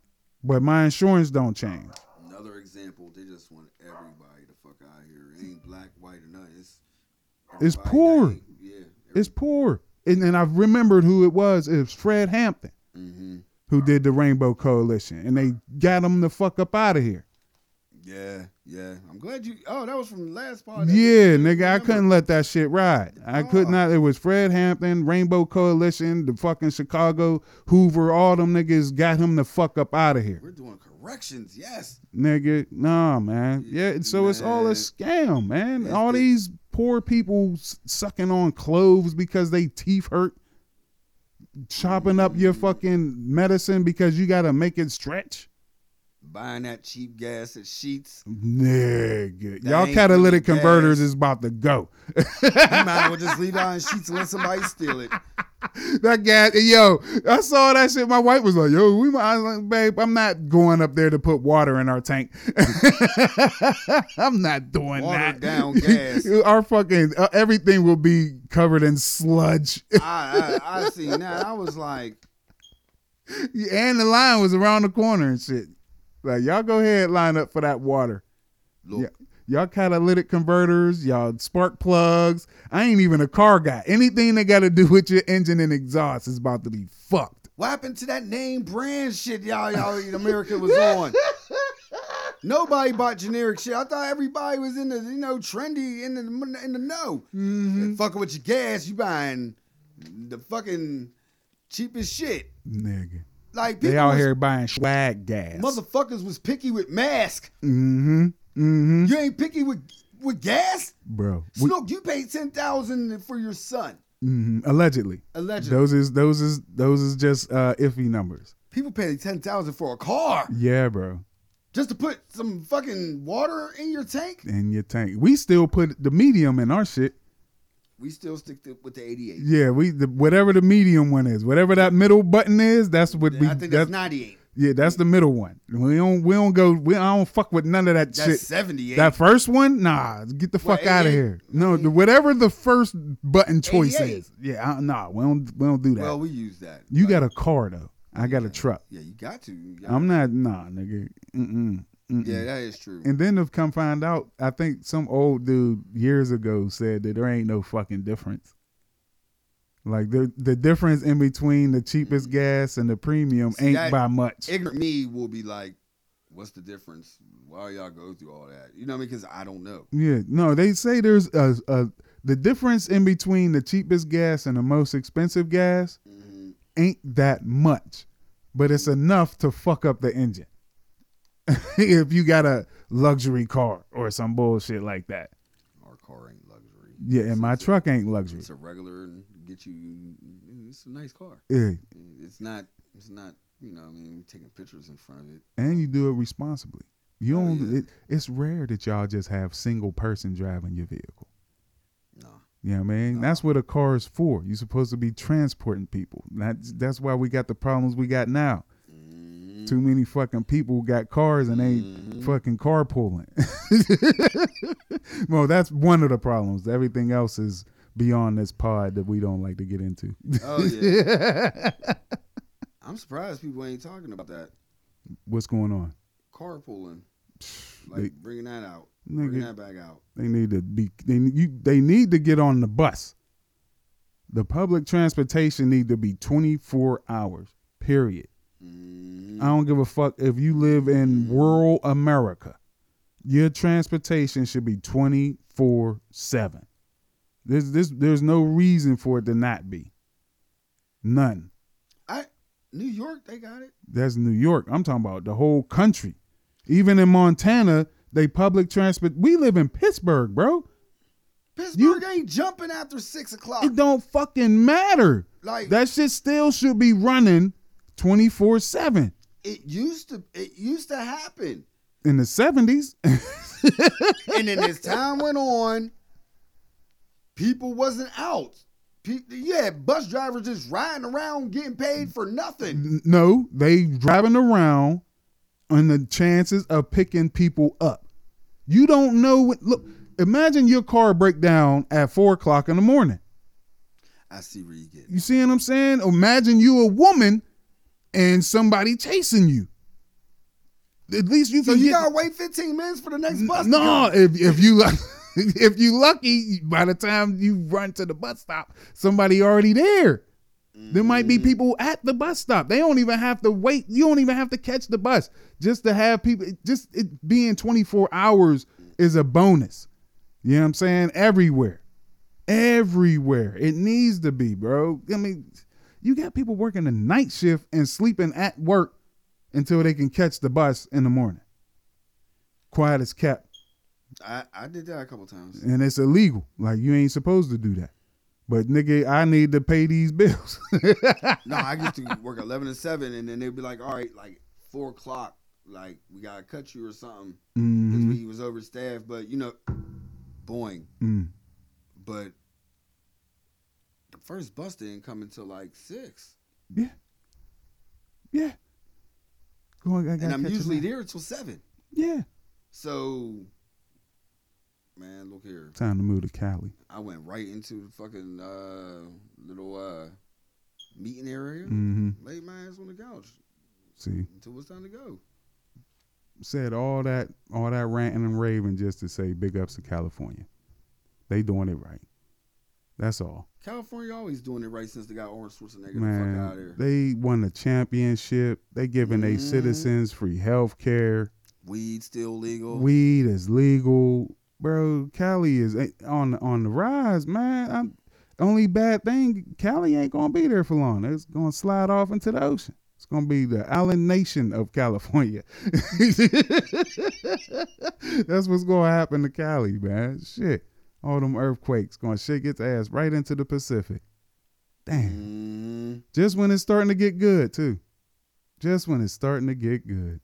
but my insurance don't change. another example. They just want everybody to fuck out here. It ain't black, white, or nothing. It's It's everybody poor. that ain't- Yeah. It's poor. And then I remembered who it was. It was Fred Hampton mm-hmm. who did the Rainbow Coalition, and they got him the fuck up out of here. Yeah, yeah. I'm glad you. Oh, that was from the last part. Yeah, nigga, I couldn't let that shit ride. I could Oh. not. It was Fred Hampton, Rainbow Coalition, the fucking Chicago Hoover, all them niggas got him the fuck up out of here. We're doing corrections. Yes. nigga. Nah, man. Yeah, and so it's all a Man. scam, man. It's all the- these poor people s- sucking on cloves because they teeth hurt, chopping up Mm. your fucking medicine because you gotta make it stretch. Buying that cheap gas at Sheets. That Nigga, y'all ain't catalytic really converters gas. is about to go. You (laughs) might as well just leave it on Sheets and let somebody steal it. that guy, yo, I saw that shit. My wife was like, "Yo, we, might- I was like, babe, I'm not going up there to put water in our tank. (laughs) I'm not doing Watered that. down (laughs) gas. our fucking uh, everything will be covered in sludge. (laughs) I, I I seen that. I was like, and the line was around the corner and shit. Like y'all go ahead, line up for that water. look, Y'all catalytic converters, y'all spark plugs. I ain't even a car guy. Anything that got to do with your engine and exhaust is about to be fucked. what happened to that name brand shit y'all y'all in America (laughs) was on? Nobody bought generic shit. I thought everybody was in the you know trendy in the in the know. Mm-hmm. Fucking with your gas, you buying the fucking cheapest shit. Nigga, Like people they out was- here buying swag gas. motherfuckers was picky with mask. mm-hmm. Mm-hmm. You ain't picky with with gas. Bro, we, Snook, you paid ten thousand for your son. mhm, allegedly, Allegedly, those is those is those is just uh, iffy numbers. people paid ten thousand for a car Yeah, bro. just to put some fucking water in your tank. In your tank, we still put the medium in our shit. We still stick to, with the eighty-eight. Yeah, we the, whatever the medium one is, whatever that middle button is, that's what we. I think that's- that's ninety-eight. Yeah, that's the middle one. We don't we don't go we I don't fuck with none of that That's shit. seventy-eight. That first one, nah, get the What, fuck out of 88? here. No, the, whatever the first button choice 88. is. Yeah, I, nah, we don't we don't do that. well, we use that. you Like, got a car though. I got a truck. yeah, you got to. You got- I'm not nah, nigga. Mm-mm. Mm-mm. yeah, that is true. And then to come find out, I think some old dude years ago said that there ain't no fucking difference. Like the the difference in between the cheapest gas and the premium Mm-hmm. See, ain't that- by much. Ignorant me will be like, "What's the difference? Why y'all go through all that?" You know what I mean? Because I don't know. Yeah, no, they say there's a, a the difference in between the cheapest gas and the most expensive gas Mhm. ain't that much, but it's enough to fuck up the engine. (laughs) if you got a luxury car or some bullshit like that. Our car ain't luxury. Yeah, and my truck ain't luxury. It's a regular and get you. It's a nice car. Yeah, It's not. It's not. You know, I mean, taking pictures in front of it. and you do it responsibly. You Oh, don't. yeah. It, it's rare that y'all just have single person driving your vehicle. No. You know what I mean? That's what a car is for. You're supposed to be transporting people. That's that's why we got the problems we got now. Mm, Too many fucking people got cars and they fucking carpooling. (laughs) well, that's one of the problems. Everything else is beyond this pod that we don't like to get into. oh yeah. I'm surprised people ain't talking about that What's going on? carpooling, like They, bringing that out, bringing that nigga, back out. they need to be. They you. They need to get on the bus. The public transportation need to be 24 hours. Period. Mm, I don't give a fuck if you live in rural America. Your transportation should be 24/7. There's this there's no reason for it to not be. None. New York, they got it. That's New York. I'm talking about the whole country. Even in Montana, they public transport. We live in Pittsburgh, bro. Pittsburgh ain't jumping after six o'clock. It don't fucking matter. Like That shit still should be running 24/7. it used to. It used to (laughs) happen. In the 70s, and then as time went on, people wasn't out. Pe- yeah, bus drivers just riding around getting paid for nothing. N- No, they driving around on the chances of picking people up. You don't know what. Look, imagine your car break down at four o'clock in the morning. I see where you get. You see what I'm saying? Imagine you a woman and somebody chasing you. At least you So can you get. gotta wait 15 minutes for the next bus. to no, come. if if you luck- (laughs) if you lucky, by the time you run to the bus stop, somebody already there. There might be people at the bus stop. They don't even have to wait. You don't even have to catch the bus. Just to have people, it- just it being 24 hours is a bonus. You know what I'm saying? Everywhere. Everywhere. It needs to be, bro. I mean, you got people working the night shift and sleeping at work until they can catch the bus in the morning. Quiet as kept I, I did that a couple times. and it's illegal. Like you ain't supposed to do that. But nigga, I need to pay these bills. (laughs) No, I used to work 11 and 7, and then they'd be like, all right, like 4 o'clock, like we gotta cut you or something. Because Mhm. we was overstaffed, but you know, boing. Mm. But First bus didn't come until like six, Yeah. Yeah. Go on, I and gotta I'm catch a usually nap. there until seven. Yeah. So, man, look here. Time to move to Cali. I went right into the fucking uh, little uh, meeting area. Mm-hmm. Laid my ass on the couch See, until it's time to go. said all that, all that ranting and raving just to say big ups to California. They doing it right. That's all, California always doing it right since they got Orange Schwarzenegger the fuck out of man. here. They won the championship. They giving their Mhm. citizens free health care. Weed still legal. Weed is legal, bro. Cali is a- on on the rise, man. I'm, only bad thing, Cali ain't gonna be there for long. It's gonna slide off into the ocean. It's gonna be the island nation of (laughs) California. That's what's gonna happen to Cali, man. Shit, all them earthquakes gonna shake its ass right into the Pacific. Damn. Mhm. Just when it's starting to get good, too. Just when it's starting to get good.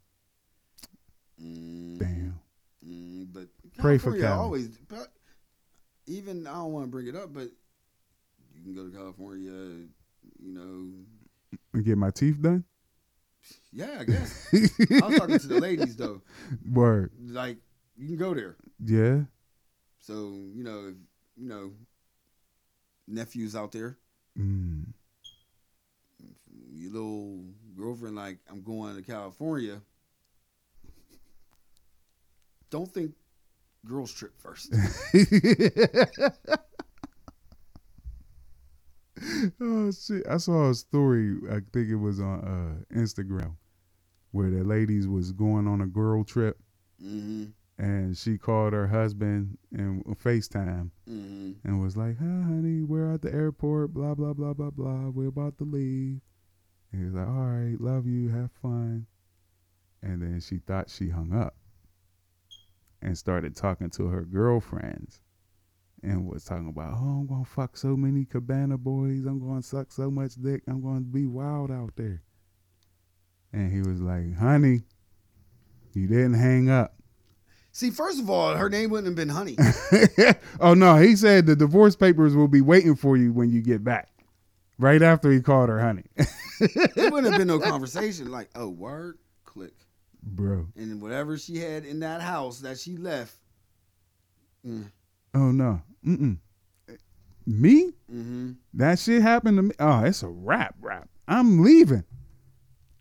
Mhm. Damn. Mm, but Pray for California Cali. always. but Even I don't want to bring it up, but you can go to California. You know, And get my teeth done. (laughs) yeah, I guess. I was talking to the ladies though. Word. Like you can go there. Yeah. So you know, if, you know, nephews out there, Mm. (laughs) your little girlfriend, like I'm going to California. Don't think girls trip (laughs) first. oh shit! I saw a story. I think it was on uh, Instagram, where the ladies was going on a girl trip, mm-hmm. and she called her husband and uh, FaceTime Mm-hmm. and was like, "Hi, honey, we're at the airport. Blah blah blah blah blah. We're about to leave." And he's like, "All right, love you. Have fun." And then she thought she hung up and started talking to her girlfriends and was talking about, "Oh, I'm gonna fuck so many cabana boys. I'm gonna suck so much dick. I'm gonna be wild out there." And he was like, "Honey, you didn't hang up." See, first of all, her name wouldn't have been Honey. (laughs) oh no, he said the divorce papers will be waiting for you when you get back. Right after he called her honey. (laughs) there wouldn't have been no conversation. Like, oh, word, click. Bro. And whatever she had in that house that she left, mm, Oh no. Mm-mm. Me? hmm That shit happened to me. Oh, it's a wrap, wrap. I'm leaving.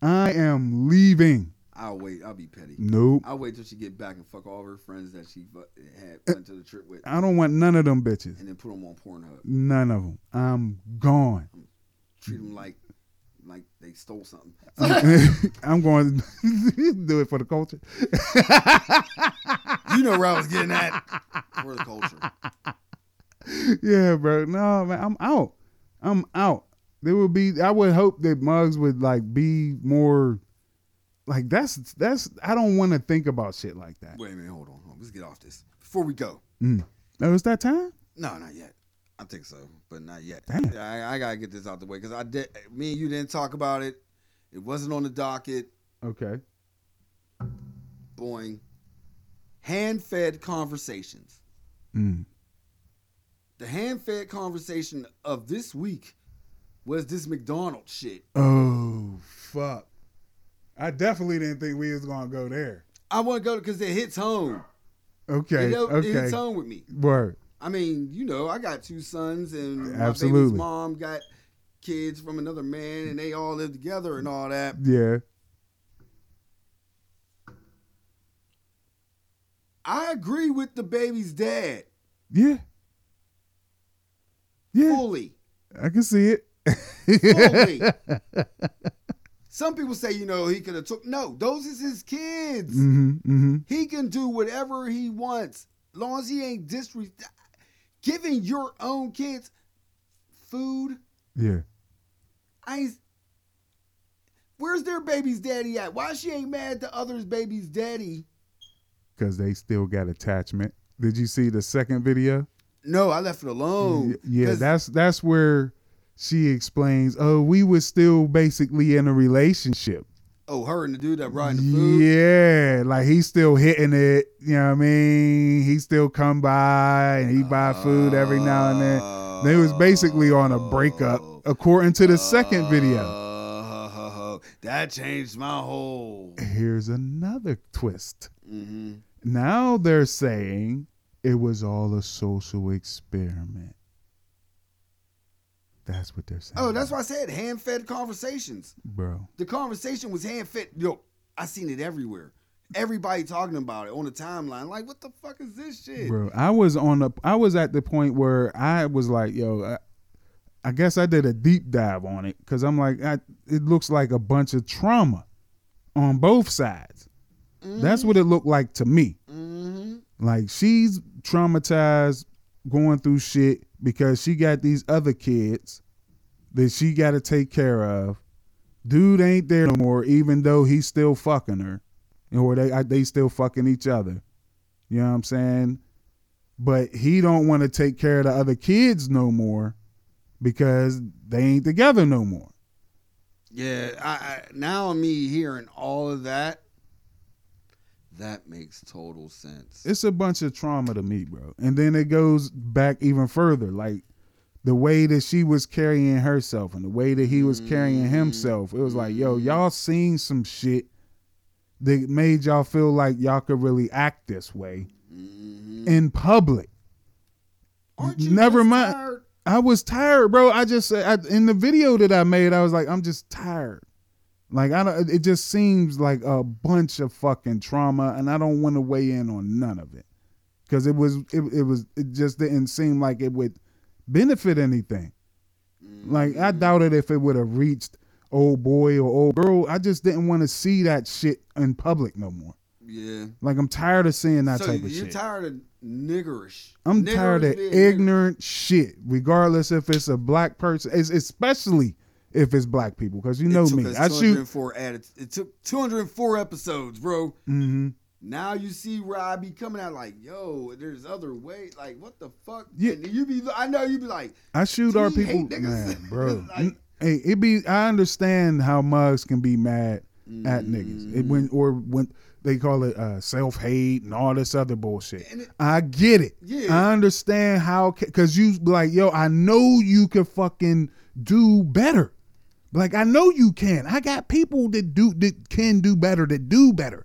I am leaving. I'll wait. I'll be petty. Nope. I'll wait till she get back and fuck all of her friends that she fu- had went to the trip with, I don't want none of them bitches. and then put them on Pornhub. None of them. I'm gone. (laughs) Treat them like, like they stole something. I'm going (laughs) to do it for the culture. (laughs) You know where I was getting at for the culture. yeah, bro. No, man, I'm out. I'm out. There would be. I would hope that Muggs would like be more. Like that's that's. I don't want to think about shit like that. Wait a minute, hold on, hold on. Let's get off this before we go. Mm. Oh, it's that time. No, not yet. I think so, but not yet. Damn. I, I gotta get this out the way because I did. Me and you didn't talk about it. It wasn't on the docket. Okay. Boing. Hand-fed conversations. Mm. The hand-fed conversation of this week was this McDonald's shit. Oh fuck! I definitely didn't think we was gonna go there. I want to go because it hits home. Okay. it, it okay. hits home with me. Word. I mean, you know, I got two sons, and my Absolutely. baby's mom got kids from another man, and they all live together and all that. Yeah. I agree with the baby's dad Yeah. Yeah. fully. I can see it. Fully. (laughs) Some people say, you know, he could have took. No, those is his kids. hmm hmm He can do whatever he wants, long as he ain't disre. Giving your own kids food, Yeah. I. ain't- Where's their baby's daddy at? Why she ain't mad to others' baby's daddy? because they still got attachment. Did you see the second video? No, I left it alone. Y- yeah, Oh, 'Cause- that's that's where she explains. Oh, we were still basically in a relationship. oh, her and the dude that riding the food. Yeah, like he's still hitting it. Uh, You know what I mean? He still come by and he buy food every now and then. They was basically on a breakup, according to the second video. Uh, that changed my whole. Here's another twist. hmm Now they're saying it was all a social experiment. That's what they're saying. Oh, that's why I said hand fed conversations. bro. The conversation was hand fed. Yo, I seen it everywhere. Everybody talking about it on the timeline. Like, what the fuck is this shit? Bro, I was on a I was at the point where I was like, yo, I, I guess I did a deep dive on it cuz I'm like I, it looks like a bunch of trauma on both sides. That's what it looked like to me. Mm-hmm. Like she's traumatized going through shit because she got these other kids that she got to take care of. Dude ain't there no more, even though he's still fucking her, or they I- they still fucking each other. You know what I'm saying? But he don't want to take care of the other kids no more because they ain't together no more. Yeah, I, I now me hearing all of that, that makes total sense. it's a bunch of trauma to me, bro. And then it goes back even further, like the way that she was carrying herself and the way that he was carrying Mm-hmm. himself. It was like, yo, y'all seen some shit that made y'all feel like y'all could really act this way Mhm. in public. Aren't you never just mind. tired? I was tired, bro. I just I, in the video that I made, I was like, I'm just tired. Like I don't. It just seems like a bunch of fucking trauma, and I don't want to weigh in on none of it because it was it, it was it just didn't seem like it would benefit anything. Like Mm-hmm. I doubted if it would have reached old boy or old girl. I just didn't want to see that shit in public no more. Yeah. Like I'm tired of seeing that so type of you're shit. tired of niggerish. I'm Niggerish tired of being ignorant shit, regardless if it's a black person, it's, especially if it's black people, because you nigger. know it took me. us I shoot. 204 added, it took 204 episodes, bro. hmm Now you see Robbie coming out like, yo, there's other way. Like, what the fuck? Yeah. And you be, I know you be like, I shoot our Dude, you people, hate niggas. (laughs) man, bro. Like- N- hey, it be. I understand how mugs can be mad at niggas it, when or when they call it uh, self hate and all this other bullshit. And it- I get it. Yeah. I understand how because you be like, yo, I know you can fucking do better. Like I know you can. I got people that do that can do better that do better.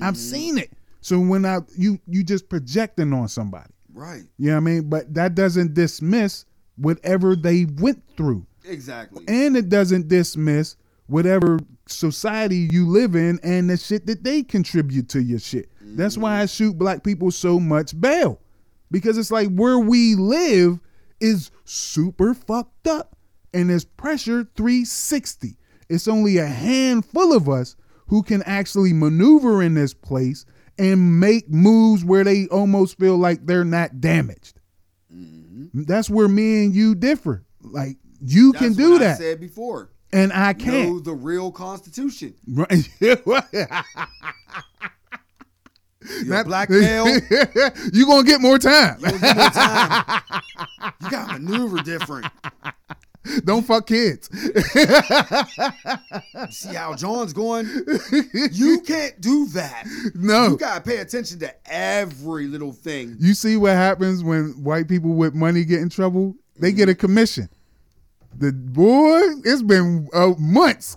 I've seen it. So when I you you just projecting on somebody. right, You know what I mean? But that doesn't dismiss whatever they went through. exactly. And it doesn't dismiss whatever society you live in and the shit that they contribute to your shit. That's why Mm-hmm. I shoot black people so much bail. Because it's like where we live is super fucked up and it's pressure 360. It's only a handful of us who can actually maneuver in this place and make moves where they almost feel like they're not damaged. That's where me and you differ. Like you Mm-hmm. That's can do what I that, said before. and I Know (laughs) can't. the real (laughs) Constitution. Right? Your (laughs) black male, you you gonna get more time. (laughs) get more time. You got to maneuver different. Don't fuck kids. See how John's going? You can't do that. No. You got to pay attention to every little thing. You see what happens when white people with money get in trouble? They get a commission. The boy, it's been uh, months.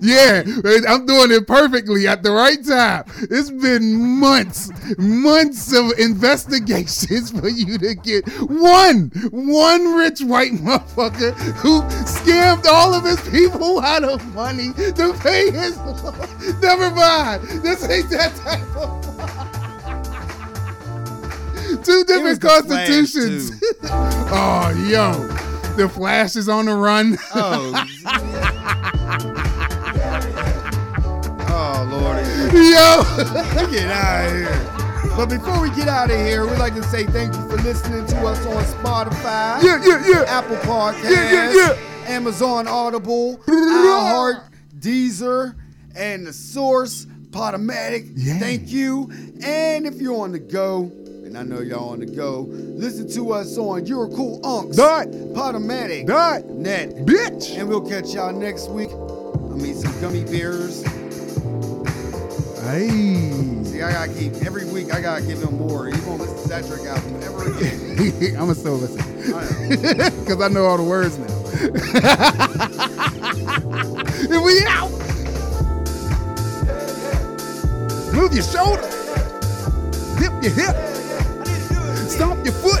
yeah, I'm doing it perfectly at the right time. It's been months, months of investigations (laughs) for you to get one, one rich white motherfucker who scammed all of his people out of money to pay his. (laughs) Never mind. This ain't that type of. (laughs) was Two the Flash, different constitutions. too. (laughs) oh, yo. The Flash is on the run. Oh. (laughs) oh, Lordy. yo. (laughs) We're getting out of here. But before we get out of here, we'd like to say thank you for listening to us on Spotify, Yeah, yeah, yeah. Apple Podcasts, Yeah, yeah, yeah. Amazon Audible, (laughs) iHeart, Deezer, and The Source, Podomatic. Yeah. Thank you. And if you're on the go, and I know y'all on the go, listen to us on Your Cool Unks, Dot. Podomatic, Dot. Net, Bitch. and we'll catch y'all next week. I mean, some gummy bears. Hey. (laughs) See, I gotta keep every week. I gotta give him more. He won't listen to that trick album ever (laughs) again. I'ma still listen. I know. Cause I know all the words now. (laughs) and we out. Move your shoulder. Dip your hip. Stomp your foot.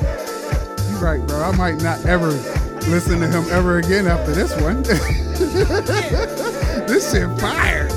You right, bro. I might not ever listen to him ever again after (laughs) this one. this shit fire.